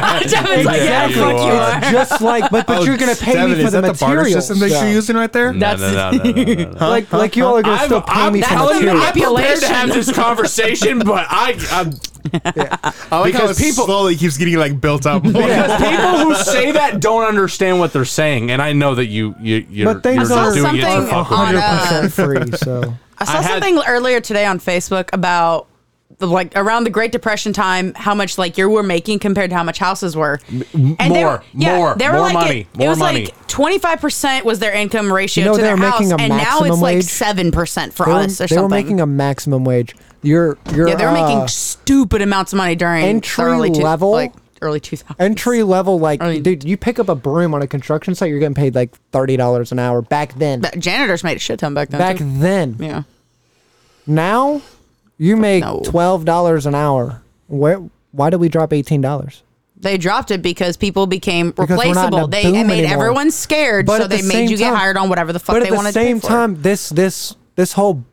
[SPEAKER 5] exactly.
[SPEAKER 2] Devin's like, yeah,
[SPEAKER 5] Exactly.
[SPEAKER 2] fuck you.
[SPEAKER 5] It's just like, but but you're gonna pay
[SPEAKER 8] Devin,
[SPEAKER 5] me for
[SPEAKER 8] Oh, is
[SPEAKER 5] the
[SPEAKER 8] that the barter
[SPEAKER 5] material.
[SPEAKER 8] system that you're using right there?
[SPEAKER 6] No, no, no, no,
[SPEAKER 5] (laughs)
[SPEAKER 6] no, no, no.
[SPEAKER 5] Like like you all are gonna
[SPEAKER 6] I'm,
[SPEAKER 5] still pay
[SPEAKER 6] I'm
[SPEAKER 5] me for
[SPEAKER 6] telling you,
[SPEAKER 5] material.
[SPEAKER 6] I'm prepared to
[SPEAKER 2] Population.
[SPEAKER 6] have
[SPEAKER 5] (laughs)
[SPEAKER 6] this conversation, but I, I'm,
[SPEAKER 8] I like
[SPEAKER 6] Because
[SPEAKER 8] how it
[SPEAKER 6] people-
[SPEAKER 8] slowly keeps getting like built
[SPEAKER 5] (laughs)
[SPEAKER 8] up. more.
[SPEAKER 6] people who say that don't understand what they're saying, and I know that you, you, you're,
[SPEAKER 5] But things
[SPEAKER 6] you're just
[SPEAKER 5] are-
[SPEAKER 6] doing it for
[SPEAKER 2] Something
[SPEAKER 6] fucking.
[SPEAKER 2] on a-
[SPEAKER 6] with
[SPEAKER 5] percent
[SPEAKER 2] (laughs)
[SPEAKER 5] free. So
[SPEAKER 2] I saw
[SPEAKER 6] I had-
[SPEAKER 2] something earlier today on Facebook about the, like around the Great Depression time, how much like you were making compared to how much houses were. And they
[SPEAKER 6] more,
[SPEAKER 2] were, yeah,
[SPEAKER 6] more,
[SPEAKER 2] they were
[SPEAKER 6] more
[SPEAKER 2] like
[SPEAKER 6] money,
[SPEAKER 2] It,
[SPEAKER 6] more
[SPEAKER 2] it was
[SPEAKER 6] money.
[SPEAKER 2] like twenty five percent was their income ratio
[SPEAKER 5] You know
[SPEAKER 2] to
[SPEAKER 5] they
[SPEAKER 2] their
[SPEAKER 5] were making
[SPEAKER 2] house,
[SPEAKER 5] a
[SPEAKER 2] and now it's
[SPEAKER 5] maximum
[SPEAKER 2] like
[SPEAKER 5] wage?
[SPEAKER 2] seven percent for
[SPEAKER 5] they were,
[SPEAKER 2] us or
[SPEAKER 5] they were
[SPEAKER 2] something.
[SPEAKER 5] making a maximum wage. You're you're
[SPEAKER 2] yeah, they were
[SPEAKER 5] uh,
[SPEAKER 2] making stupid amounts of money during
[SPEAKER 5] entry
[SPEAKER 2] the early two,
[SPEAKER 5] level-
[SPEAKER 2] like early two thousand
[SPEAKER 5] entry level like
[SPEAKER 2] I mean-
[SPEAKER 5] dude. You pick up a broom on a construction site, you're getting paid like thirty dollars an hour back then.
[SPEAKER 2] Janitors made a shit ton back then.
[SPEAKER 5] Back
[SPEAKER 2] too.
[SPEAKER 5] then,
[SPEAKER 2] yeah.
[SPEAKER 5] Now you make
[SPEAKER 2] No.
[SPEAKER 5] twelve dollars an hour. Where why did we drop eighteen dollars?
[SPEAKER 2] They dropped it because people became
[SPEAKER 5] we're not in a
[SPEAKER 2] replaceable. They
[SPEAKER 5] boom
[SPEAKER 2] made
[SPEAKER 5] anymore.
[SPEAKER 2] everyone scared,
[SPEAKER 5] But
[SPEAKER 2] so
[SPEAKER 5] at
[SPEAKER 2] they
[SPEAKER 5] the
[SPEAKER 2] made
[SPEAKER 5] same
[SPEAKER 2] you get
[SPEAKER 5] time-
[SPEAKER 2] hired on whatever the fuck
[SPEAKER 5] But
[SPEAKER 2] they
[SPEAKER 5] at the
[SPEAKER 2] wanted. to pay
[SPEAKER 5] same
[SPEAKER 2] for it.
[SPEAKER 5] time, this this this whole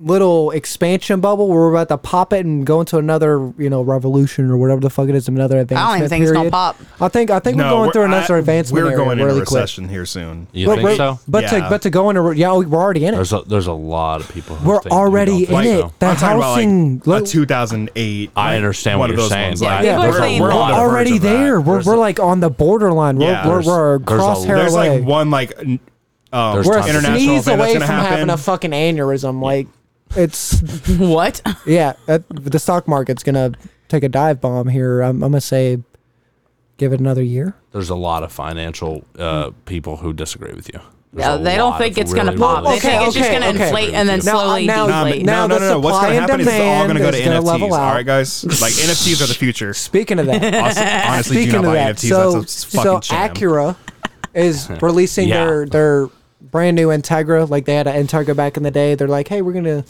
[SPEAKER 5] little expansion bubble where we're about to pop it and go into another you know revolution or whatever the fuck it is another advancement.
[SPEAKER 2] think it's gonna
[SPEAKER 5] period.
[SPEAKER 2] pop.
[SPEAKER 5] I think I think we're going through another
[SPEAKER 8] I-
[SPEAKER 5] advancement.
[SPEAKER 8] We're
[SPEAKER 5] area
[SPEAKER 8] going into
[SPEAKER 5] really quick.
[SPEAKER 8] recession here soon.
[SPEAKER 6] You
[SPEAKER 5] But,
[SPEAKER 6] think
[SPEAKER 5] we're-
[SPEAKER 6] so?
[SPEAKER 5] but to
[SPEAKER 8] Yeah.
[SPEAKER 5] but to go into re- yeah we- we're already in it.
[SPEAKER 6] There's a, there's a lot of people. Who
[SPEAKER 5] We're
[SPEAKER 6] think you
[SPEAKER 5] already in
[SPEAKER 6] don't think
[SPEAKER 5] it.
[SPEAKER 6] so.
[SPEAKER 5] The
[SPEAKER 8] I'm talking about, like,
[SPEAKER 5] housing.
[SPEAKER 8] a 2008.
[SPEAKER 6] I
[SPEAKER 8] like,
[SPEAKER 6] understand
[SPEAKER 8] one
[SPEAKER 6] what
[SPEAKER 8] of
[SPEAKER 6] you're
[SPEAKER 8] those
[SPEAKER 6] saying.
[SPEAKER 8] ones,
[SPEAKER 6] Yeah,
[SPEAKER 8] like,
[SPEAKER 5] yeah,
[SPEAKER 6] there's
[SPEAKER 5] we're,
[SPEAKER 6] a
[SPEAKER 2] saying
[SPEAKER 5] we're
[SPEAKER 6] lot
[SPEAKER 8] on the
[SPEAKER 6] of-
[SPEAKER 8] verge
[SPEAKER 5] already
[SPEAKER 8] of that.
[SPEAKER 5] there. We're,
[SPEAKER 6] There's
[SPEAKER 5] we're
[SPEAKER 6] a-
[SPEAKER 5] like on the borderline. We're,
[SPEAKER 8] Yeah,
[SPEAKER 5] we're,
[SPEAKER 8] there's-
[SPEAKER 5] we're
[SPEAKER 6] there's a-
[SPEAKER 5] crosshair
[SPEAKER 8] There's
[SPEAKER 5] away.
[SPEAKER 8] like one like n- um,
[SPEAKER 6] There's
[SPEAKER 5] we're
[SPEAKER 6] tons of
[SPEAKER 8] international
[SPEAKER 5] sneeze
[SPEAKER 8] event
[SPEAKER 5] away
[SPEAKER 8] that's
[SPEAKER 5] from
[SPEAKER 8] gonna happen.
[SPEAKER 5] having a fucking aneurysm. Like it's
[SPEAKER 2] (laughs) what?
[SPEAKER 5] yeah, that, the stock market's gonna take a dive bomb here. I'm, I'm gonna say, give it another year.
[SPEAKER 6] There's a lot of financial uh, people who disagree with you. There's
[SPEAKER 2] Yeah,
[SPEAKER 6] a
[SPEAKER 2] they don't
[SPEAKER 6] lot
[SPEAKER 2] think
[SPEAKER 6] of
[SPEAKER 2] it's gonna
[SPEAKER 6] really,
[SPEAKER 2] pop.
[SPEAKER 6] really
[SPEAKER 2] they think
[SPEAKER 5] Okay,
[SPEAKER 2] it's just
[SPEAKER 5] okay,
[SPEAKER 2] gonna
[SPEAKER 5] okay.
[SPEAKER 2] inflate and then
[SPEAKER 6] Now,
[SPEAKER 2] slowly
[SPEAKER 5] now-
[SPEAKER 8] Nah,
[SPEAKER 2] deflate.
[SPEAKER 5] now
[SPEAKER 8] no, no,
[SPEAKER 5] the
[SPEAKER 8] no, no. What's
[SPEAKER 5] supply
[SPEAKER 8] gonna
[SPEAKER 5] and
[SPEAKER 8] happen is it's all
[SPEAKER 5] demand
[SPEAKER 8] gonna go to
[SPEAKER 5] is gonna
[SPEAKER 8] NFTs.
[SPEAKER 5] level
[SPEAKER 8] All
[SPEAKER 5] out.
[SPEAKER 8] right, guys.
[SPEAKER 5] (laughs)
[SPEAKER 8] Like NFTs are the future.
[SPEAKER 5] Speaking of
[SPEAKER 8] (laughs)
[SPEAKER 5] that,
[SPEAKER 8] Honestly, do
[SPEAKER 5] speaking
[SPEAKER 8] not
[SPEAKER 5] of
[SPEAKER 8] buy
[SPEAKER 5] that,
[SPEAKER 8] NFTs.
[SPEAKER 5] so
[SPEAKER 8] that's a fucking
[SPEAKER 5] so
[SPEAKER 8] sham.
[SPEAKER 5] Acura is releasing
[SPEAKER 6] Yeah.
[SPEAKER 5] their their brand new Integra. Like they had an Integra back in the day. They're like, hey, we're gonna,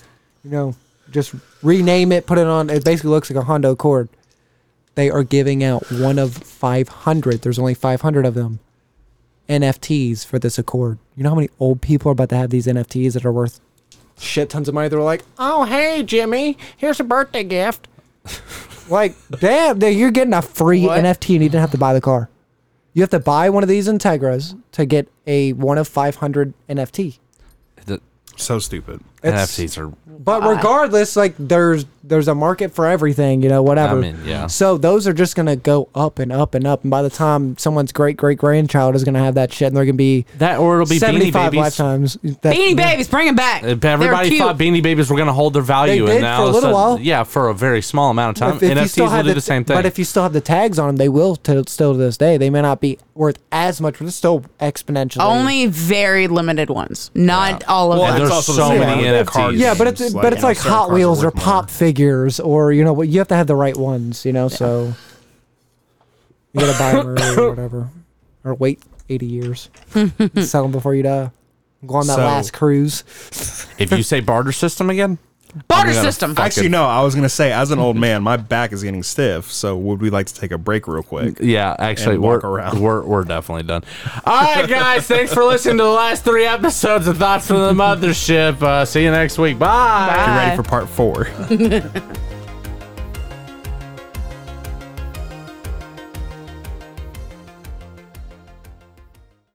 [SPEAKER 5] you know, just rename it, put it on. It basically looks like a Honda Accord. They are giving out one of 500. There's only 500 of them. NFTs for this Accord. You know how many old people are about to have these NFTs that are worth shit tons of money? They're like, oh, hey, Jimmy, here's a birthday gift. like, damn, dude, you're getting a free NFT and you didn't have to buy the car. You have to buy one of these Integras to get a one of 500 NFT.
[SPEAKER 6] The
[SPEAKER 8] So stupid.
[SPEAKER 5] It's-
[SPEAKER 6] NFTs are
[SPEAKER 5] But regardless, like there's there's a market for everything, you know, whatever.
[SPEAKER 6] I mean, yeah.
[SPEAKER 5] So those are just gonna go up and up and up, and by the time someone's great great grandchild is gonna have that shit, and they're gonna be
[SPEAKER 6] that, or it'll be
[SPEAKER 5] seventy
[SPEAKER 6] beanie
[SPEAKER 5] five
[SPEAKER 6] babies.
[SPEAKER 5] lifetimes. That,
[SPEAKER 2] Beanie Babies, bring them back.
[SPEAKER 6] If
[SPEAKER 2] They were
[SPEAKER 6] Everybody
[SPEAKER 2] cute.
[SPEAKER 6] thought Beanie Babies were going to hold their value,
[SPEAKER 5] They
[SPEAKER 6] and
[SPEAKER 5] did
[SPEAKER 6] now
[SPEAKER 5] for a
[SPEAKER 6] all of
[SPEAKER 5] little
[SPEAKER 6] sudden-
[SPEAKER 5] while.
[SPEAKER 6] yeah, for a very small amount of time,
[SPEAKER 5] If, if you still
[SPEAKER 6] NFTs will
[SPEAKER 5] have
[SPEAKER 6] do the same thing.
[SPEAKER 5] but if you still have the tags on them, they will to, still to this day. They may not be worth as much, but it's still exponentially.
[SPEAKER 2] only very limited ones, not all of
[SPEAKER 6] Well,
[SPEAKER 2] them.
[SPEAKER 6] there's
[SPEAKER 8] also the
[SPEAKER 6] so
[SPEAKER 8] same
[SPEAKER 6] many NFTs.
[SPEAKER 8] cards.
[SPEAKER 5] Yeah, but
[SPEAKER 8] It's
[SPEAKER 5] it's
[SPEAKER 8] like,
[SPEAKER 5] but it's
[SPEAKER 8] you know,
[SPEAKER 5] like
[SPEAKER 8] certain
[SPEAKER 5] Hot
[SPEAKER 8] cards are
[SPEAKER 5] Wheels or
[SPEAKER 8] worth more.
[SPEAKER 5] pop figures or you know what you have to have the right ones, you know. So you gotta buy them early or whatever, or wait eighty years, sell them before you die. Go on that
[SPEAKER 8] So-
[SPEAKER 5] last cruise.
[SPEAKER 6] If you say barter system again,
[SPEAKER 4] Barter
[SPEAKER 6] I'm gonna
[SPEAKER 4] system.
[SPEAKER 6] fucking-
[SPEAKER 8] Actually, no. I was gonna say, as an old man, my back is getting stiff. So, would we like to take a break real quick?
[SPEAKER 6] Yeah, actually,
[SPEAKER 8] and
[SPEAKER 6] we're,
[SPEAKER 8] walk around.
[SPEAKER 6] (laughs) we're we're definitely done. All right, guys, thanks for listening to the last three episodes of Thoughts from the Mothership. Uh, see you next week. Bye.
[SPEAKER 8] Get ready for part four.